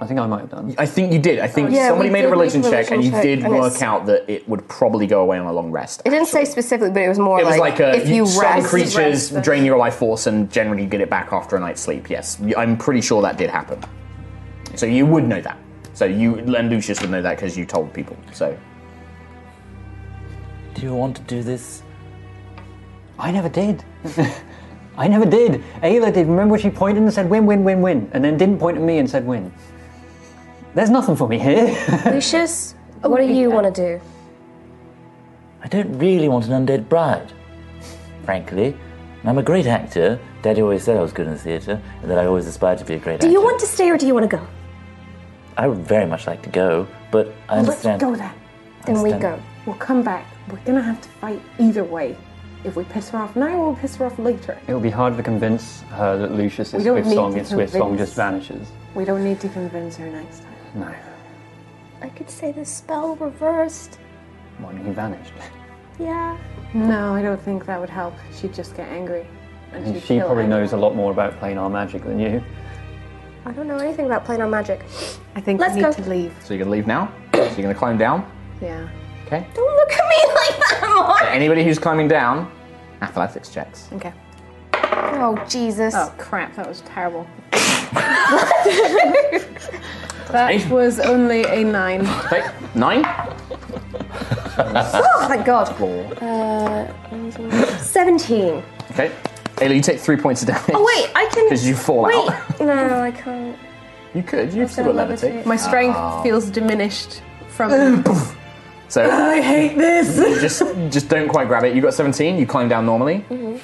Speaker 8: I think I might have done.
Speaker 2: I think you did. I think
Speaker 9: Yeah,
Speaker 2: somebody
Speaker 9: we
Speaker 2: made
Speaker 9: did
Speaker 2: a religion
Speaker 9: make a
Speaker 2: check, and you
Speaker 9: religion check,
Speaker 2: did
Speaker 9: and
Speaker 2: work
Speaker 9: it's-
Speaker 2: out that it would probably go away on a long rest.
Speaker 9: It didn't say specifically, but it was more
Speaker 2: it was
Speaker 9: like,
Speaker 2: like a,
Speaker 9: if you
Speaker 2: certain
Speaker 9: rest,
Speaker 2: creatures
Speaker 9: rest.
Speaker 2: drain your life force and generally get it back after a night's sleep. Yes, I'm pretty sure that did happen. So you would know that. So you and Lucius would know that because you told people. So
Speaker 6: Do you want to do this?
Speaker 8: I never did. <laughs> I never did. Ayla did. Remember when she pointed and said win, win, win, win, and then didn't point at me and said win. There's nothing for me here. <laughs>
Speaker 9: Lucius, what do you want to do?
Speaker 6: I don't really want an undead bride, frankly. And I'm a great actor. Daddy always said I was good in the theatre, and that I always aspired to be a great
Speaker 9: Do
Speaker 6: actor.
Speaker 9: you want to stay or do you want to go?
Speaker 6: I would very much like to go, but I understand.
Speaker 4: Let's go there.
Speaker 6: Then we Understand.
Speaker 4: We'll come back. We're gonna have to fight either way. If we piss her off now, we'll piss her off later.
Speaker 8: It would be hard to convince her that Lucius
Speaker 4: We
Speaker 8: is
Speaker 4: don't
Speaker 8: Swift
Speaker 4: need
Speaker 8: Song
Speaker 4: to
Speaker 8: and Swift Song
Speaker 4: convince.
Speaker 8: just vanishes.
Speaker 4: We don't need to convince her next time.
Speaker 8: No,
Speaker 9: I could say the spell reversed.
Speaker 8: why not he vanished?
Speaker 9: Yeah.
Speaker 4: No, I don't think that would help. She'd just get angry. And
Speaker 8: And
Speaker 4: she'd
Speaker 8: she
Speaker 4: kill
Speaker 8: probably
Speaker 4: anyone.
Speaker 8: knows a lot more about planar magic than you.
Speaker 9: I don't know anything about planar magic.
Speaker 4: I think
Speaker 9: Let's
Speaker 4: we
Speaker 9: go.
Speaker 4: need to leave.
Speaker 2: so you're gonna leave now. <coughs> so you're gonna climb down.
Speaker 4: Yeah.
Speaker 2: Okay.
Speaker 9: Don't look at me like that,
Speaker 2: So anybody who's climbing down, athletics checks.
Speaker 4: Okay.
Speaker 9: Oh, Jesus.
Speaker 4: Oh, crap, that
Speaker 9: <laughs>
Speaker 4: was terrible. that was only a nine.
Speaker 2: Okay, nine.
Speaker 9: <laughs> Oh, thank God.
Speaker 2: Four.
Speaker 9: Uh,
Speaker 2: <laughs>
Speaker 9: 17.
Speaker 2: Okay. Ayla, you take three points of damage.
Speaker 9: Oh, wait, I can.
Speaker 2: Because you fall
Speaker 9: wait.
Speaker 2: out.
Speaker 9: No, I can't.
Speaker 2: You could. You still got levitate.
Speaker 4: My strength
Speaker 9: Ah.
Speaker 2: Oh.
Speaker 4: feels diminished from.
Speaker 2: So
Speaker 4: I hate this.
Speaker 2: you just just don't quite grab it. You got 17. You climb down normally.
Speaker 9: Mhm.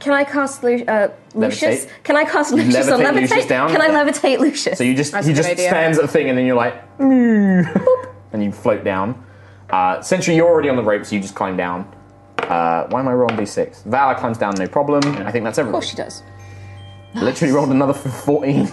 Speaker 9: Can I cast Lu- uh, Lucius?
Speaker 2: Levitate.
Speaker 9: Can I cast
Speaker 2: You
Speaker 9: Lucius on
Speaker 2: levitate
Speaker 9: levitate?
Speaker 2: Lucius down?
Speaker 9: Can I
Speaker 2: Yeah.
Speaker 9: levitate Lucius?
Speaker 2: So you just he just stands at the thing and then you're like, and you float down. Uh, Sentry, you're already on the rope, so you just climb down. Uh, why am I rolling d6? Valor climbs down, no problem. I think that's
Speaker 7: Of
Speaker 2: everyone.
Speaker 7: course she does.
Speaker 2: Literally rolled another f- 14.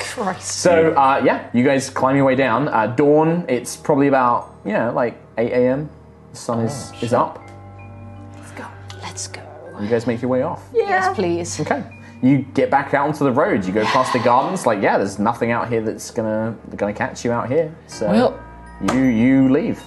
Speaker 7: Christ.
Speaker 2: So uh, yeah, you guys climb your way down. Uh, dawn. It's probably about yeah, like 8 a.m. The sun is is up.
Speaker 7: Oh, Let's go.
Speaker 2: You guys make your way off.
Speaker 7: Yes, please.
Speaker 2: Okay. You get back out onto the road. You go past the gardens. Like, yeah, there's nothing out here that's gonna gonna catch you out here. So
Speaker 7: Well-
Speaker 2: you you leave.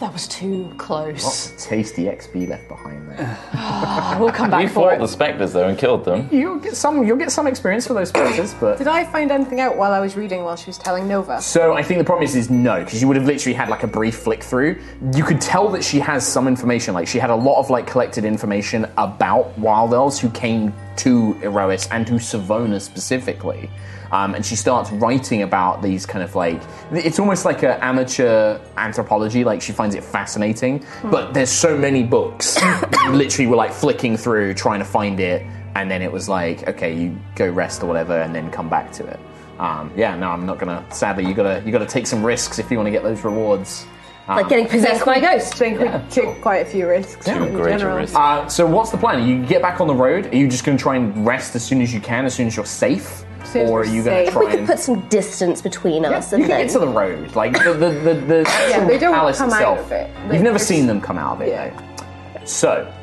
Speaker 7: That was too close.
Speaker 2: Lots of tasty XP left behind
Speaker 7: <sighs>
Speaker 2: there.
Speaker 7: Ah, we'll come back
Speaker 6: we
Speaker 7: for
Speaker 6: fought
Speaker 7: it.
Speaker 6: the spectres though and killed them.
Speaker 2: You'll get some. You'll get some experience for those places, but.
Speaker 4: Did I find anything out while I was reading while she was telling Nova?
Speaker 2: So I think the problem is is no, because you would have literally had like a brief flick through. You could tell that she has some information. Like she had a lot of like collected information about wild elves who came to Erois and to Savona specifically. Um, and she starts writing about these kind of like it's almost like an amateur anthropology. Like she finds it fascinating,
Speaker 11: Hmm.
Speaker 2: but there's so many books. <coughs> you literally were like flicking through trying to find it, and then it was like okay, you go rest or whatever, and then come back to it. Um, yeah, no, I'm not gonna. Sadly, you gotta you gotta take some risks if you want to get those rewards.
Speaker 9: Ah.
Speaker 2: Um,
Speaker 4: possessed by a ghost. Think we took quite a few risks. in general.
Speaker 2: Uh, so what's the plan? You get back on the road. Are you just gonna try and rest as soon as you can, as soon as you're safe,
Speaker 9: Soon as
Speaker 2: or are
Speaker 9: we're
Speaker 2: you gonna
Speaker 9: safe.
Speaker 2: try?
Speaker 9: We could
Speaker 2: and...
Speaker 9: put some distance between us.
Speaker 2: you
Speaker 9: and
Speaker 2: can
Speaker 9: then...
Speaker 2: get to the road. Like the the the,
Speaker 9: <laughs>
Speaker 2: the actual
Speaker 9: they don't
Speaker 2: palace
Speaker 9: come out
Speaker 2: itself.
Speaker 9: of it. Like,
Speaker 2: You've never
Speaker 9: there's-
Speaker 2: seen them come out of it.
Speaker 9: Yeah.
Speaker 2: though. So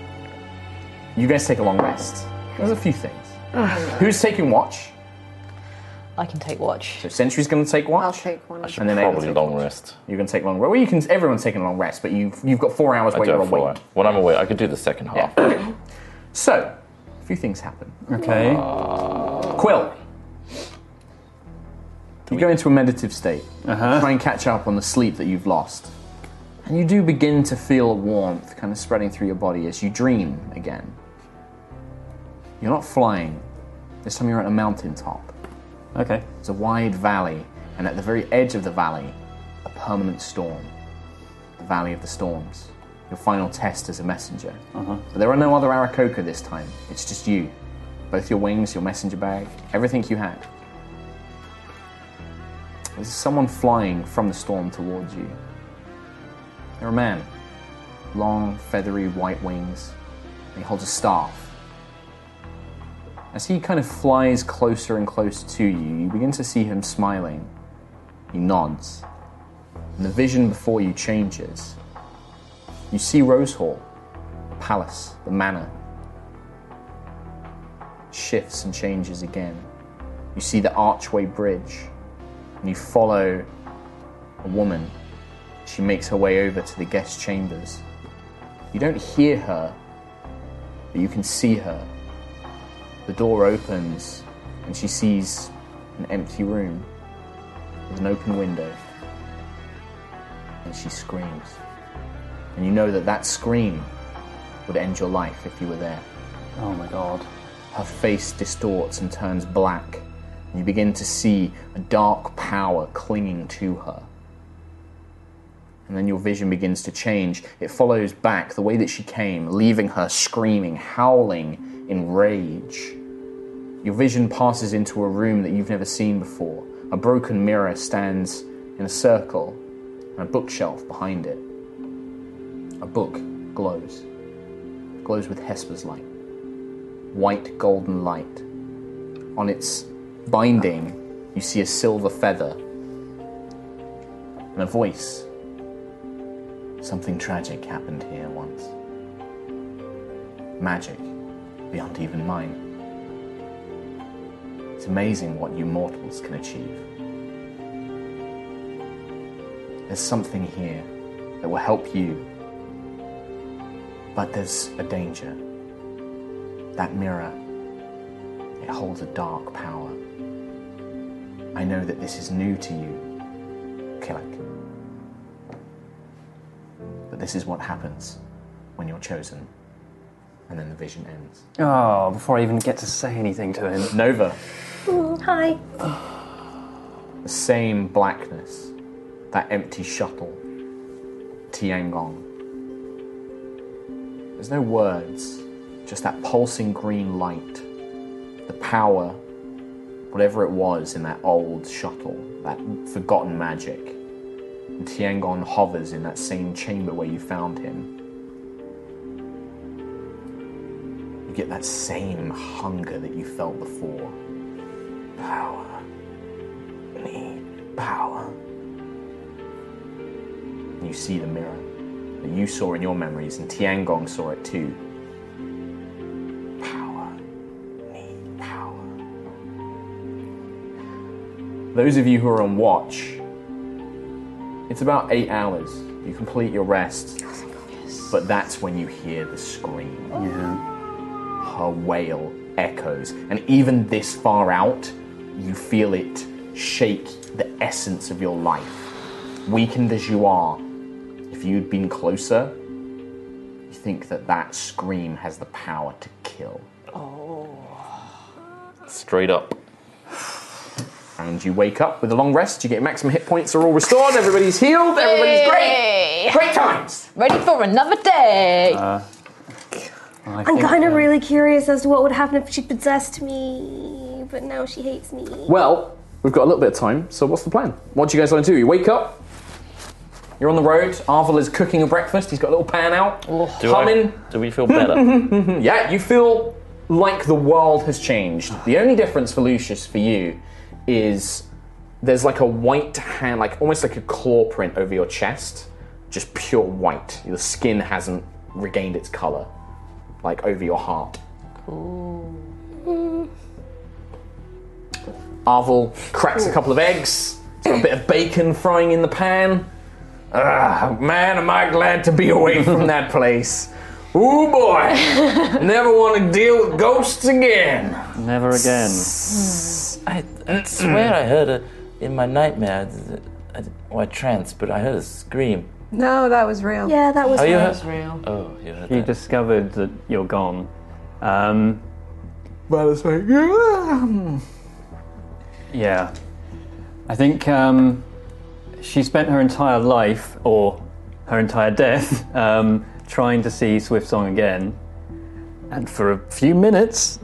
Speaker 2: you guys take a long rest. There's a few things. Who's taking watch?
Speaker 7: I can take watch.
Speaker 2: So Sentry's going to take watch. I'll
Speaker 4: take one.
Speaker 2: And then
Speaker 6: probably long
Speaker 2: rest. You're going to take long rest. Well, you can. Everyone's taking a long rest, but you've you've got four hours
Speaker 6: I
Speaker 2: where
Speaker 6: do
Speaker 2: you're
Speaker 6: have four
Speaker 2: awake.
Speaker 6: hours. When I'm awake, I could do the second half.
Speaker 2: So, a few things happen.
Speaker 8: Okay.
Speaker 2: Quill. You go into a meditative state, try and catch up on the sleep that you've lost. And you do begin to feel a warmth kind of spreading through your body as you dream again. You're not flying. This time you're at a mountaintop.
Speaker 8: Okay.
Speaker 2: It's a wide valley, and at the very edge of the valley, a permanent storm. The Valley of the Storms. Your final test as a messenger.
Speaker 8: Uh-huh.
Speaker 2: But there are no other Arakoka this time. It's just you. Both your wings, your messenger bag, everything you had. There's someone flying from the storm towards you. They're a man. Long, feathery, white wings. And he holds a staff. As he kind of flies closer and closer to you, you begin to see him smiling. He nods. And the vision before you changes. You see Rose Hall, the palace, the manor. Shifts and changes again. You see the archway bridge, and you follow a woman. She makes her way over to the guest chambers. You don't hear her, but you can see her. The door opens, and she sees an empty room with an open window. And she screams and you know that that scream would end your life if you were there.
Speaker 8: Oh my god.
Speaker 2: Her face distorts and turns black, and you begin to see a dark power clinging to her. And then your vision begins to change. It follows back the way that she came, leaving her screaming, howling in rage. Your vision passes into a room that you've never seen before. A broken mirror stands in a circle, and a bookshelf behind it. A book glows. Glows with Hesper's light. White golden light. On its binding, you see a silver feather. And a voice. Something tragic happened here once. Magic beyond even mine. It's amazing what you mortals can achieve. There's something here that will help you but there's a danger. That mirror, it holds a dark power. I know that this is new to you, Kilak. But this is what happens when you're chosen. And then the vision ends.
Speaker 8: Oh, before I even get to say anything to him.
Speaker 2: Nova.
Speaker 9: Mm, hi.
Speaker 2: The same blackness. That empty shuttle. Tiangong. There's no words, just that pulsing green light. The power, whatever it was in that old shuttle, that forgotten magic. And Tiangon hovers in that same chamber where you found him. You get that same hunger that you felt before. Power. Need power. And you see the mirror that you saw in your memories, and Tiangong saw it too. Those of you who are on watch, it's about eight hours. You complete your rest, but that's when you hear the scream. Her wail echoes, and even this far out, you feel it shake the essence of your life. Weakened as you are, if you'd been closer, you think that that scream has the power to kill.
Speaker 6: Straight up.
Speaker 2: And you wake up with a long rest, you get maximum hit points, are all restored, everybody's healed, everybody's
Speaker 7: Hey!
Speaker 2: great! Great times!
Speaker 7: Ready for another day.
Speaker 2: Uh, I
Speaker 9: I'm
Speaker 2: think-
Speaker 9: kind of really curious as to what would happen if she possessed me, but now she hates me.
Speaker 2: Well, we've got a little bit of time, so what's the plan? What do you guys want to do? You wake up, you're on the road, Arvel is cooking a breakfast, he's got a little pan out,
Speaker 6: Do,
Speaker 2: humming.
Speaker 6: I, Oh. do we feel better?
Speaker 2: <laughs> yeah, you feel like the world has changed. The only difference for Lucius for you is there's like a white hand, like almost like a claw print over your chest, just pure white. Your skin hasn't regained its color, like over your heart. Arvel cracks a couple of eggs. He's got a bit of bacon frying in the pan. Ah, man, am I glad to be away from
Speaker 9: <laughs>
Speaker 2: that place. Ooh boy, never want to deal with ghosts again. <sniffs>
Speaker 8: Never again.
Speaker 6: I, I swear I heard a, in my nightmare, I, or a trance, but I heard a scream.
Speaker 4: No, that was real.
Speaker 9: Yeah, that was
Speaker 6: Oh, you
Speaker 9: real.
Speaker 6: heard- Oh, you heard
Speaker 8: She
Speaker 6: that.
Speaker 8: discovered that you're gone. Um,
Speaker 2: Vala's
Speaker 11: <laughs>
Speaker 2: like,
Speaker 11: um,
Speaker 2: yeah.
Speaker 8: Yeah. I think um, she spent her entire life, or her entire death, <laughs> um, trying to see Swift Song again. And for a few minutes,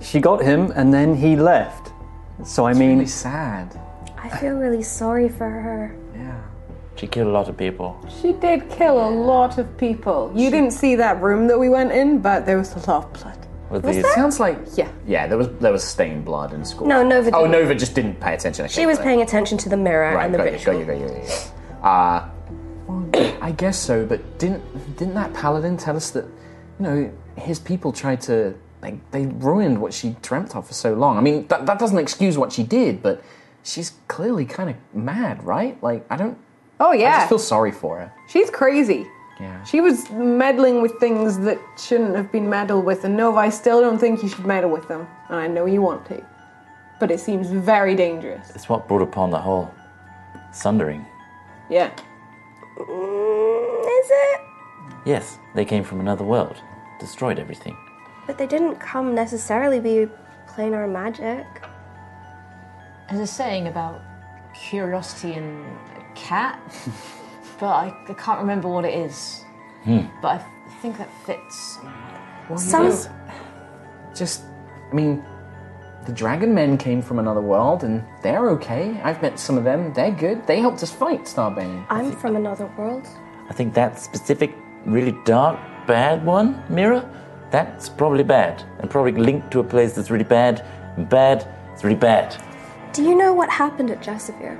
Speaker 8: she got him, and then he left. So I mean,
Speaker 2: sad.
Speaker 9: I feel really sorry for her.
Speaker 6: She killed a lot of people.
Speaker 4: She did kill a lot of people. You didn't see that room that we went in, but there was a lot of blood.
Speaker 6: With
Speaker 4: Was
Speaker 2: these-
Speaker 4: there?
Speaker 2: Sounds
Speaker 4: like yeah.
Speaker 2: Yeah, there was there was stained blood in school.
Speaker 9: No, Nova
Speaker 2: Oh,
Speaker 9: didn't.
Speaker 2: Nova just didn't pay attention. I
Speaker 9: She
Speaker 2: think,
Speaker 9: was
Speaker 2: though.
Speaker 9: paying attention to the mirror
Speaker 2: Right,
Speaker 9: Uh, and the
Speaker 2: got
Speaker 9: ritual.
Speaker 2: you, got you, got you, got you. Uh, well, I guess so, but didn't didn't that paladin tell us that you know his people tried to they they ruined what she dreamt of for so long? I mean, that that doesn't excuse what she did, but she's clearly kind of mad, right? Like I don't.
Speaker 4: Oh
Speaker 2: I
Speaker 4: yeah,
Speaker 2: just feel sorry for her.
Speaker 4: she's crazy.
Speaker 2: Yeah.
Speaker 4: She was meddling with things that shouldn't have been meddled with, and Nova, I still don't think you should meddle with them. And I know you want to, but it seems very dangerous.
Speaker 6: It's what brought upon the whole sundering.
Speaker 4: Yeah.
Speaker 9: Is it?
Speaker 6: Yes, they came from another world, destroyed everything.
Speaker 9: But they didn't come necessarily be planar magic.
Speaker 7: There's a saying about curiosity and
Speaker 2: <laughs>
Speaker 7: a cat, but I, I can't remember what it is.
Speaker 2: Hmm.
Speaker 7: But I f- think that fits.
Speaker 2: Well, you
Speaker 7: Some-
Speaker 2: know, just, I mean, the dragon men came from another world and they're okay. I've met some of them. They're good. They helped us fight Starbane.
Speaker 9: I'm from another world.
Speaker 6: I think that specific, really dark, bad one, Mira, that's probably bad. And probably linked to a place that's really bad, and bad, it's really bad.
Speaker 9: Do you know what happened at Jasavir?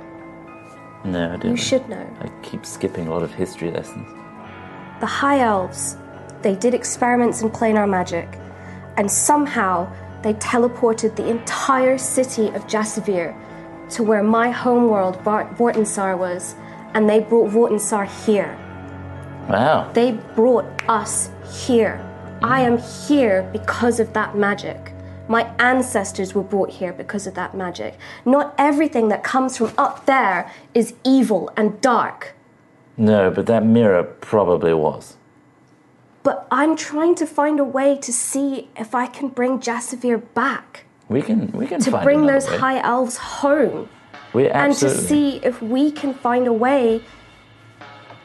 Speaker 6: No, I didn't.
Speaker 9: You should know.
Speaker 6: I keep skipping a lot of history lessons.
Speaker 9: The High Elves, they did experiments in planar magic, and somehow they teleported the entire city of Jasavir to where my homeworld, Bart- Vortensar, was, and they brought Vortensar here.
Speaker 6: Wow.
Speaker 9: They brought us here. I am here because of that magic. My ancestors were brought here because of that magic. Not everything that comes from up there is evil and dark,
Speaker 6: No, but that mirror probably was.
Speaker 9: but I'm trying to find a way to see if I can bring Jasavir back.
Speaker 6: We can we can
Speaker 9: to
Speaker 6: find
Speaker 9: bring
Speaker 6: another
Speaker 9: those
Speaker 6: way.
Speaker 9: high elves home
Speaker 6: We
Speaker 9: and to
Speaker 6: absolutely.
Speaker 9: see if we can find a way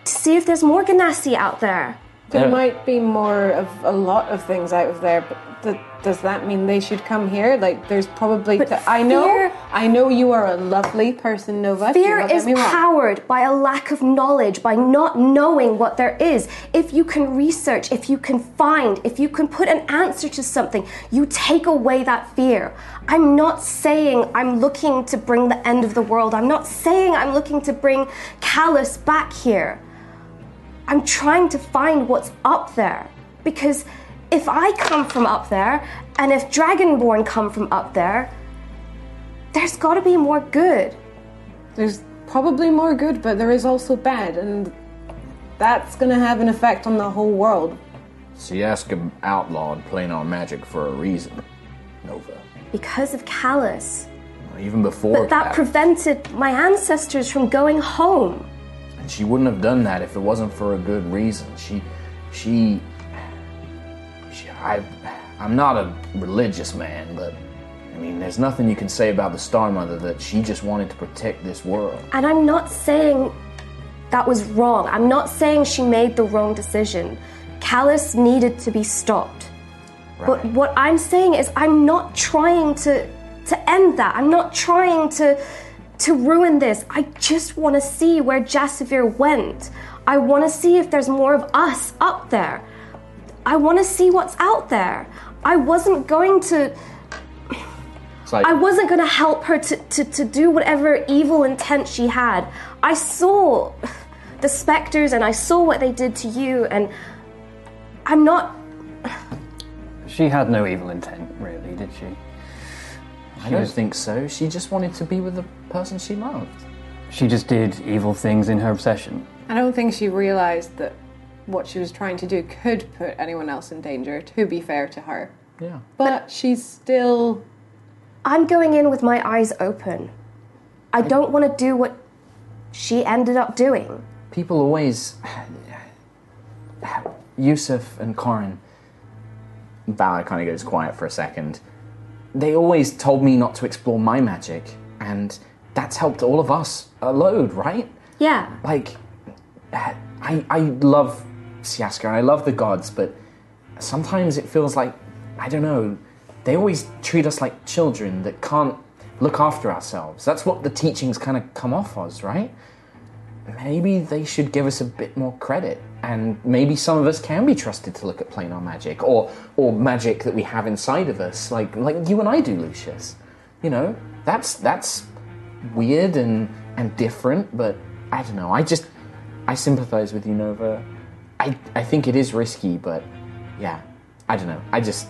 Speaker 9: to see if there's more Ganassi out there.
Speaker 4: There
Speaker 6: Yeah.
Speaker 4: might be more of a lot of things out of there, but th- does that mean they should come here? Like, there's probably. th- I know, I know you are a lovely person, Nova.
Speaker 9: Fear
Speaker 4: do not get
Speaker 9: is
Speaker 4: me wrong.
Speaker 9: powered by a lack of knowledge, by not knowing what there is. If you can research, if you can find, if you can put an answer to something, you take away that fear. I'm not saying I'm looking to bring the end of the world. I'm not saying I'm looking to bring Callus back here. I'm trying to find what's up there. Because if I come from up there, and if Dragonborn come from up there, there's gotta be more good.
Speaker 4: There's probably more good, but there is also bad, and that's going to have an effect on the whole world.
Speaker 2: Siaska outlawed planar magic for a reason, Nova.
Speaker 9: because of callous.
Speaker 2: Even before
Speaker 9: But that prevented my ancestors from going home.
Speaker 2: And she wouldn't have done that if it wasn't for a good reason. She, she, she I, I'm not a religious man, but I mean, there's nothing you can say about the Star Mother that she just wanted to protect this world.
Speaker 9: And I'm not saying that was wrong. I'm not saying she made the wrong decision. Callous needed to be stopped. But what I'm saying is I'm not trying to to end that. I'm not trying to to ruin this. I just want to see where Jasavir went. I want to see if there's more of us up there. I want to see what's out there. I wasn't going to
Speaker 2: It's like,
Speaker 9: I wasn't going to help her to, to, to do whatever evil intent she had. I saw the specters and I saw what they did to you, and I'm not.
Speaker 8: she had no evil intent, really, did she?
Speaker 2: I don't think so. She just wanted to be with the person she loved.
Speaker 8: She just did evil things in her obsession.
Speaker 4: I don't think she realised that what she was trying to do could put anyone else in danger, to be fair to her.
Speaker 2: Yeah.
Speaker 4: But she's still.
Speaker 9: I'm going in with my eyes open. I don't want to do what she ended up doing.
Speaker 2: People always. Yusuf and Corin. Valor kind of goes quiet for a second. They always told me not to explore my magic, and that's helped all of us a load, right?
Speaker 9: Yeah.
Speaker 2: Like, I, I love Siaska and I love the gods, but sometimes it feels like, I don't know, they always treat us like children that can't look after ourselves. That's what the teachings kind of come off as, right? Maybe they should give us a bit more credit, and maybe some of us can be trusted to look at planar magic or or magic that we have inside of us, like like you and I do, Lucius. You know, that's that's weird and and different, but I don't know. I just I sympathize with you, Nova. I I think it is risky, but yeah, I don't know. I just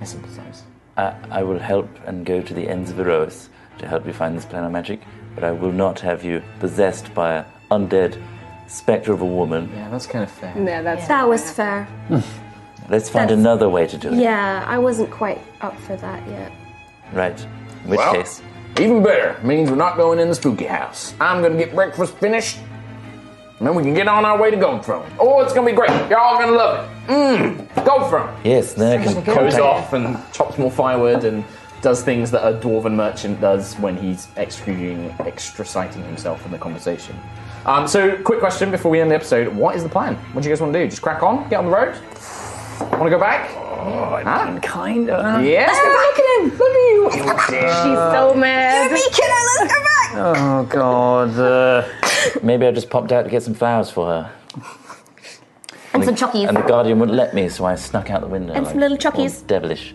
Speaker 2: I sympathize.
Speaker 6: I, I will help and go to the ends of Eros to help you find this planar magic, but I will not have you possessed by an undead spectre of a woman.
Speaker 2: Yeah, that's kind of fair.
Speaker 4: No, that's
Speaker 9: that was fair.
Speaker 6: Let's find another way to do it.
Speaker 9: Yeah, I wasn't quite up for that yet.
Speaker 6: Right. In which
Speaker 2: Well,
Speaker 6: case,
Speaker 2: Even better means we're not going in the spooky house. I'm gonna get breakfast finished, and then we can get on our way to Gold Throne. Oh, it's gonna be great. You're all gonna love it. Mmm, Gold Throne.
Speaker 6: yes, then I can
Speaker 2: goes
Speaker 6: contact-
Speaker 2: off and chops more firewood and does things that a dwarven merchant does when he's extricating, extriciting himself from the conversation. Um, so, quick question before we end the episode: What is the plan? What do you guys want to do? Just crack on, get on the road. Want to go back? Oh, kinda.
Speaker 9: Ah!
Speaker 14: Let's
Speaker 2: Yeah.
Speaker 14: go back in. Look at you.
Speaker 2: so
Speaker 14: mad. Get me, killer. Let's go back.
Speaker 6: Oh God!
Speaker 2: uh.
Speaker 6: <laughs> Maybe I just popped out to get some flowers for her.
Speaker 9: And
Speaker 6: the-
Speaker 9: some chockies.
Speaker 6: And the guardian wouldn't let me, so I snuck out the window.
Speaker 9: And some little chockies.
Speaker 6: all Devilish.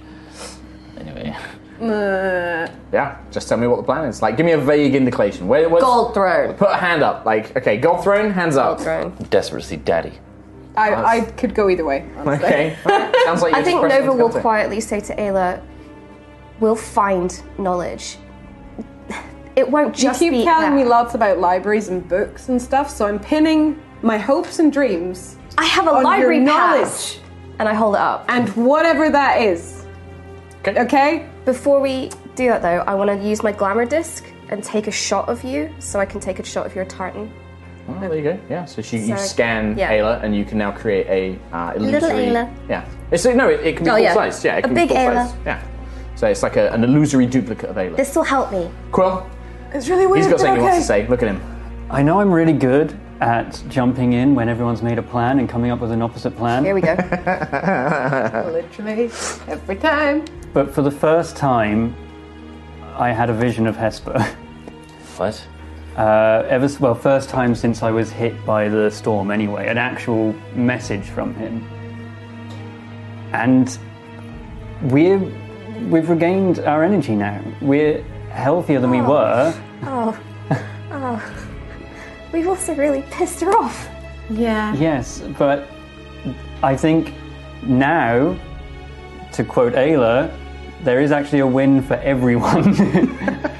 Speaker 6: Anyway.
Speaker 4: Uh,
Speaker 2: Yeah. Just tell me what the plan is. Like, give me a vague indication. Where was
Speaker 9: Gold Throne?
Speaker 2: Put a hand up. Like, okay, Gold Throne, hands up.
Speaker 9: Gold
Speaker 6: Throne. Desperate to see Daddy.
Speaker 4: I, I could go either way. honestly.
Speaker 2: Okay. <laughs> Alright, Sounds like
Speaker 9: I
Speaker 2: you're just
Speaker 9: think
Speaker 2: pressing
Speaker 9: Nova
Speaker 2: into
Speaker 9: will
Speaker 2: Gold Throne.
Speaker 9: quietly say to Ayla, "We'll find knowledge. It won't
Speaker 4: You
Speaker 9: just
Speaker 4: keep
Speaker 9: be
Speaker 4: telling
Speaker 9: that.
Speaker 4: me lots about libraries and books and stuff, so I'm pinning my hopes and dreams.
Speaker 9: I have a
Speaker 4: on your
Speaker 9: library
Speaker 4: knowledge,
Speaker 9: and I hold it up.
Speaker 4: And whatever that is,
Speaker 2: okay.
Speaker 9: Before we do that, though, I want to use my glamour disc and take a shot of you, so I can take a shot of your tartan.
Speaker 2: Oh, there you go. Yeah. So she, you
Speaker 9: So-
Speaker 2: scan
Speaker 9: yeah.
Speaker 2: Ayla, and you can now create a uh,
Speaker 9: Little
Speaker 2: illusory.
Speaker 9: Ayla.
Speaker 2: Yeah. It's no, it, it can be
Speaker 9: Oh,
Speaker 2: full
Speaker 9: yeah.
Speaker 2: size. Yeah. It
Speaker 9: A
Speaker 2: can
Speaker 9: big
Speaker 2: be full
Speaker 9: Ayla.
Speaker 2: Size. Yeah. So it's like a, an illusory duplicate of Ayla.
Speaker 9: This will help me.
Speaker 2: Quill.
Speaker 4: It's really
Speaker 2: He's got something he wants to say. Look at him.
Speaker 8: I know I'm really good at jumping in when everyone's made a plan and coming up with an opposite plan.
Speaker 9: Here we go.
Speaker 4: Literally every time.
Speaker 8: <laughs>
Speaker 9: <laughs>
Speaker 8: but for the first time, I had a vision of
Speaker 2: <laughs>
Speaker 8: Hesper.
Speaker 6: What?
Speaker 8: Uh, ever s- well, first time since I was hit by the storm. Anyway, an actual message from him, and we're we've regained our energy now. We're healthier than we
Speaker 9: Oh.
Speaker 8: were.
Speaker 9: Oh, oh, we've also really pissed her off.
Speaker 4: Yeah.
Speaker 8: Yes, but I think now, to quote Ayla, there is actually a win for everyone,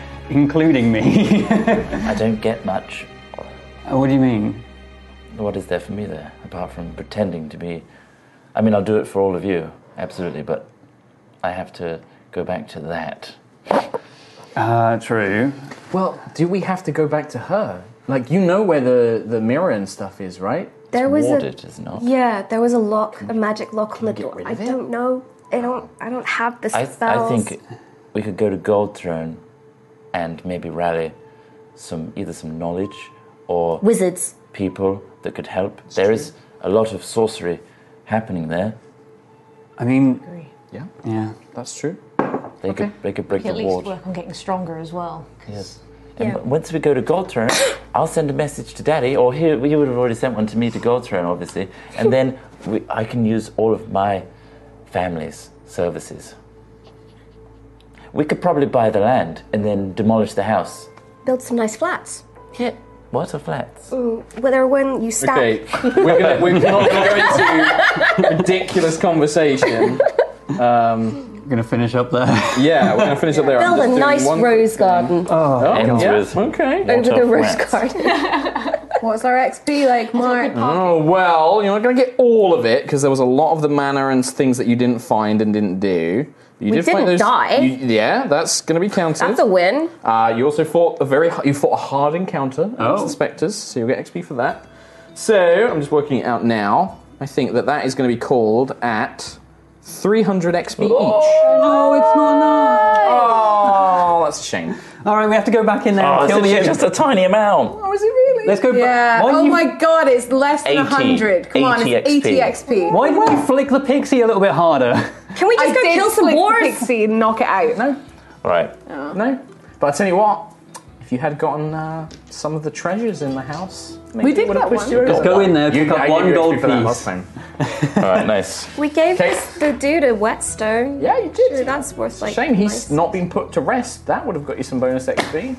Speaker 8: <laughs> including me.
Speaker 6: I
Speaker 2: <laughs>
Speaker 6: don't get much.
Speaker 8: Uh, What do you mean?
Speaker 6: What is there for me there, apart from pretending to be? I mean, I'll do it for all of you, absolutely, but I have to go back to that.
Speaker 8: Uh, true.
Speaker 2: Well, do we have to go back to her? Like, you know where the, the mirror and stuff is, right?
Speaker 9: There was a
Speaker 2: Oh.
Speaker 6: not?
Speaker 9: yeah, there was a lock, a magic lock on the door. I don't know. I don't. I don't have the
Speaker 6: I, I
Speaker 9: spells.
Speaker 6: think we could go to Gold Throne and maybe rally some either some knowledge or
Speaker 9: wizards
Speaker 6: people that could help. There is a lot of sorcery happening there.
Speaker 8: I mean,
Speaker 2: yeah,
Speaker 8: yeah,
Speaker 2: that's true.
Speaker 6: They could they could
Speaker 7: We
Speaker 6: break
Speaker 7: could at
Speaker 6: the
Speaker 7: least
Speaker 6: ward.
Speaker 7: work on getting stronger as well.
Speaker 6: Yes. And w- once we go to Gold Throne, <coughs> I'll send a message to Daddy, or he, he would have already sent one to me to Gold Throne, obviously. And then we, I can use all of my family's services. We could probably buy the land and then demolish the house.
Speaker 9: build some nice flats.
Speaker 6: Yeah. What a flat.
Speaker 9: Mm, whether when you stab.
Speaker 2: Okay, we're,
Speaker 7: <laughs>
Speaker 2: gonna, we're not going to go into ridiculous conversation. Um,
Speaker 6: going to finish up there.
Speaker 2: Yeah, we're going to finish up there. I'm
Speaker 9: Build
Speaker 2: just
Speaker 9: a
Speaker 2: doing
Speaker 9: nice
Speaker 2: one-
Speaker 9: rose garden
Speaker 2: Oh,
Speaker 10: Ends
Speaker 2: yeah.
Speaker 10: with
Speaker 2: okay.
Speaker 9: over the rose
Speaker 10: plants.
Speaker 9: garden.
Speaker 4: What's our XP like, Mark?
Speaker 2: Oh well, you're not going to get all of it because there was a lot of the manner and things that you didn't find and didn't do. You
Speaker 9: We
Speaker 2: did find
Speaker 9: didn't
Speaker 2: those,
Speaker 9: die.
Speaker 2: you- yeah, that's going to be counted.
Speaker 9: That's a win.
Speaker 2: Uh, you also fought a very you fought a hard encounter against
Speaker 9: Oh.
Speaker 2: the specters, so you'll get XP for that. So I'm just working it out now. I think that that is going to be called at 300
Speaker 6: Oh.
Speaker 2: XP each.
Speaker 6: No, it's not enough.
Speaker 2: Oh, that's a shame.
Speaker 6: All right, we have to go back in there
Speaker 10: Oh,
Speaker 6: and kill
Speaker 10: it's
Speaker 6: the
Speaker 10: just-
Speaker 6: imp.
Speaker 10: just a tiny amount.
Speaker 4: Oh, is it really?
Speaker 6: Let's go back-
Speaker 4: Yeah.
Speaker 6: Why
Speaker 4: oh
Speaker 6: you-
Speaker 4: my god, it's less than
Speaker 6: 80.
Speaker 4: 100. Come on, it's
Speaker 6: 80
Speaker 4: 80 XP.
Speaker 6: Why didn't you flick the pixie a little bit harder?
Speaker 4: Can we
Speaker 9: just go kill some
Speaker 4: wars? Oh. Pixie and knock it out. No.
Speaker 10: Right.
Speaker 2: No, but I tell you what, if you had gotten uh, some of the treasures in the house, maybe
Speaker 4: We
Speaker 2: it
Speaker 4: did
Speaker 2: would have
Speaker 4: get
Speaker 2: pushed
Speaker 4: one.
Speaker 2: you over
Speaker 6: Just go
Speaker 2: that.
Speaker 6: in there,
Speaker 2: You-
Speaker 6: pick up
Speaker 2: I gave
Speaker 6: one
Speaker 2: you XP
Speaker 6: gold
Speaker 2: for that
Speaker 6: piece.
Speaker 2: last time.
Speaker 10: All right, nice.
Speaker 9: We gave this the dude a whetstone. Yeah,
Speaker 2: you did.
Speaker 9: Sure, that's worth like.
Speaker 2: Shame he's
Speaker 9: nice.
Speaker 2: not been put to rest. That would have got you some bonus XP.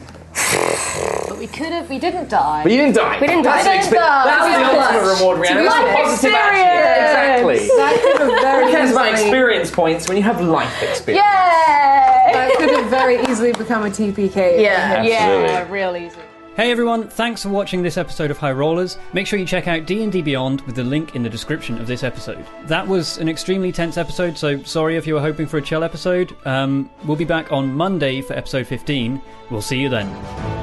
Speaker 7: But we could have. We didn't die.
Speaker 2: But you didn't die.
Speaker 7: We didn't
Speaker 2: That's
Speaker 7: die.
Speaker 2: an
Speaker 7: We
Speaker 2: expe-
Speaker 7: didn't die.
Speaker 2: That's
Speaker 7: That's
Speaker 2: the ultimate
Speaker 7: clutch.
Speaker 2: reward,
Speaker 7: To
Speaker 2: Rihanna.
Speaker 7: be
Speaker 2: That's
Speaker 7: life
Speaker 2: positive action.
Speaker 7: experience.
Speaker 2: Exactly.
Speaker 7: That could have very
Speaker 2: Who cares about
Speaker 7: easily-
Speaker 2: experience points when you have life experience?
Speaker 4: That could have very easily become a TPK.
Speaker 7: Yeah.
Speaker 2: Absolutely.
Speaker 7: real easy.
Speaker 8: Hey everyone, thanks for watching this episode of High Rollers. Make sure you check out D&D Beyond with the link in the description of this episode. That was an extremely tense episode, so sorry if you were hoping for a chill episode. Um, we'll be back on Monday for episode 15. We'll see you then.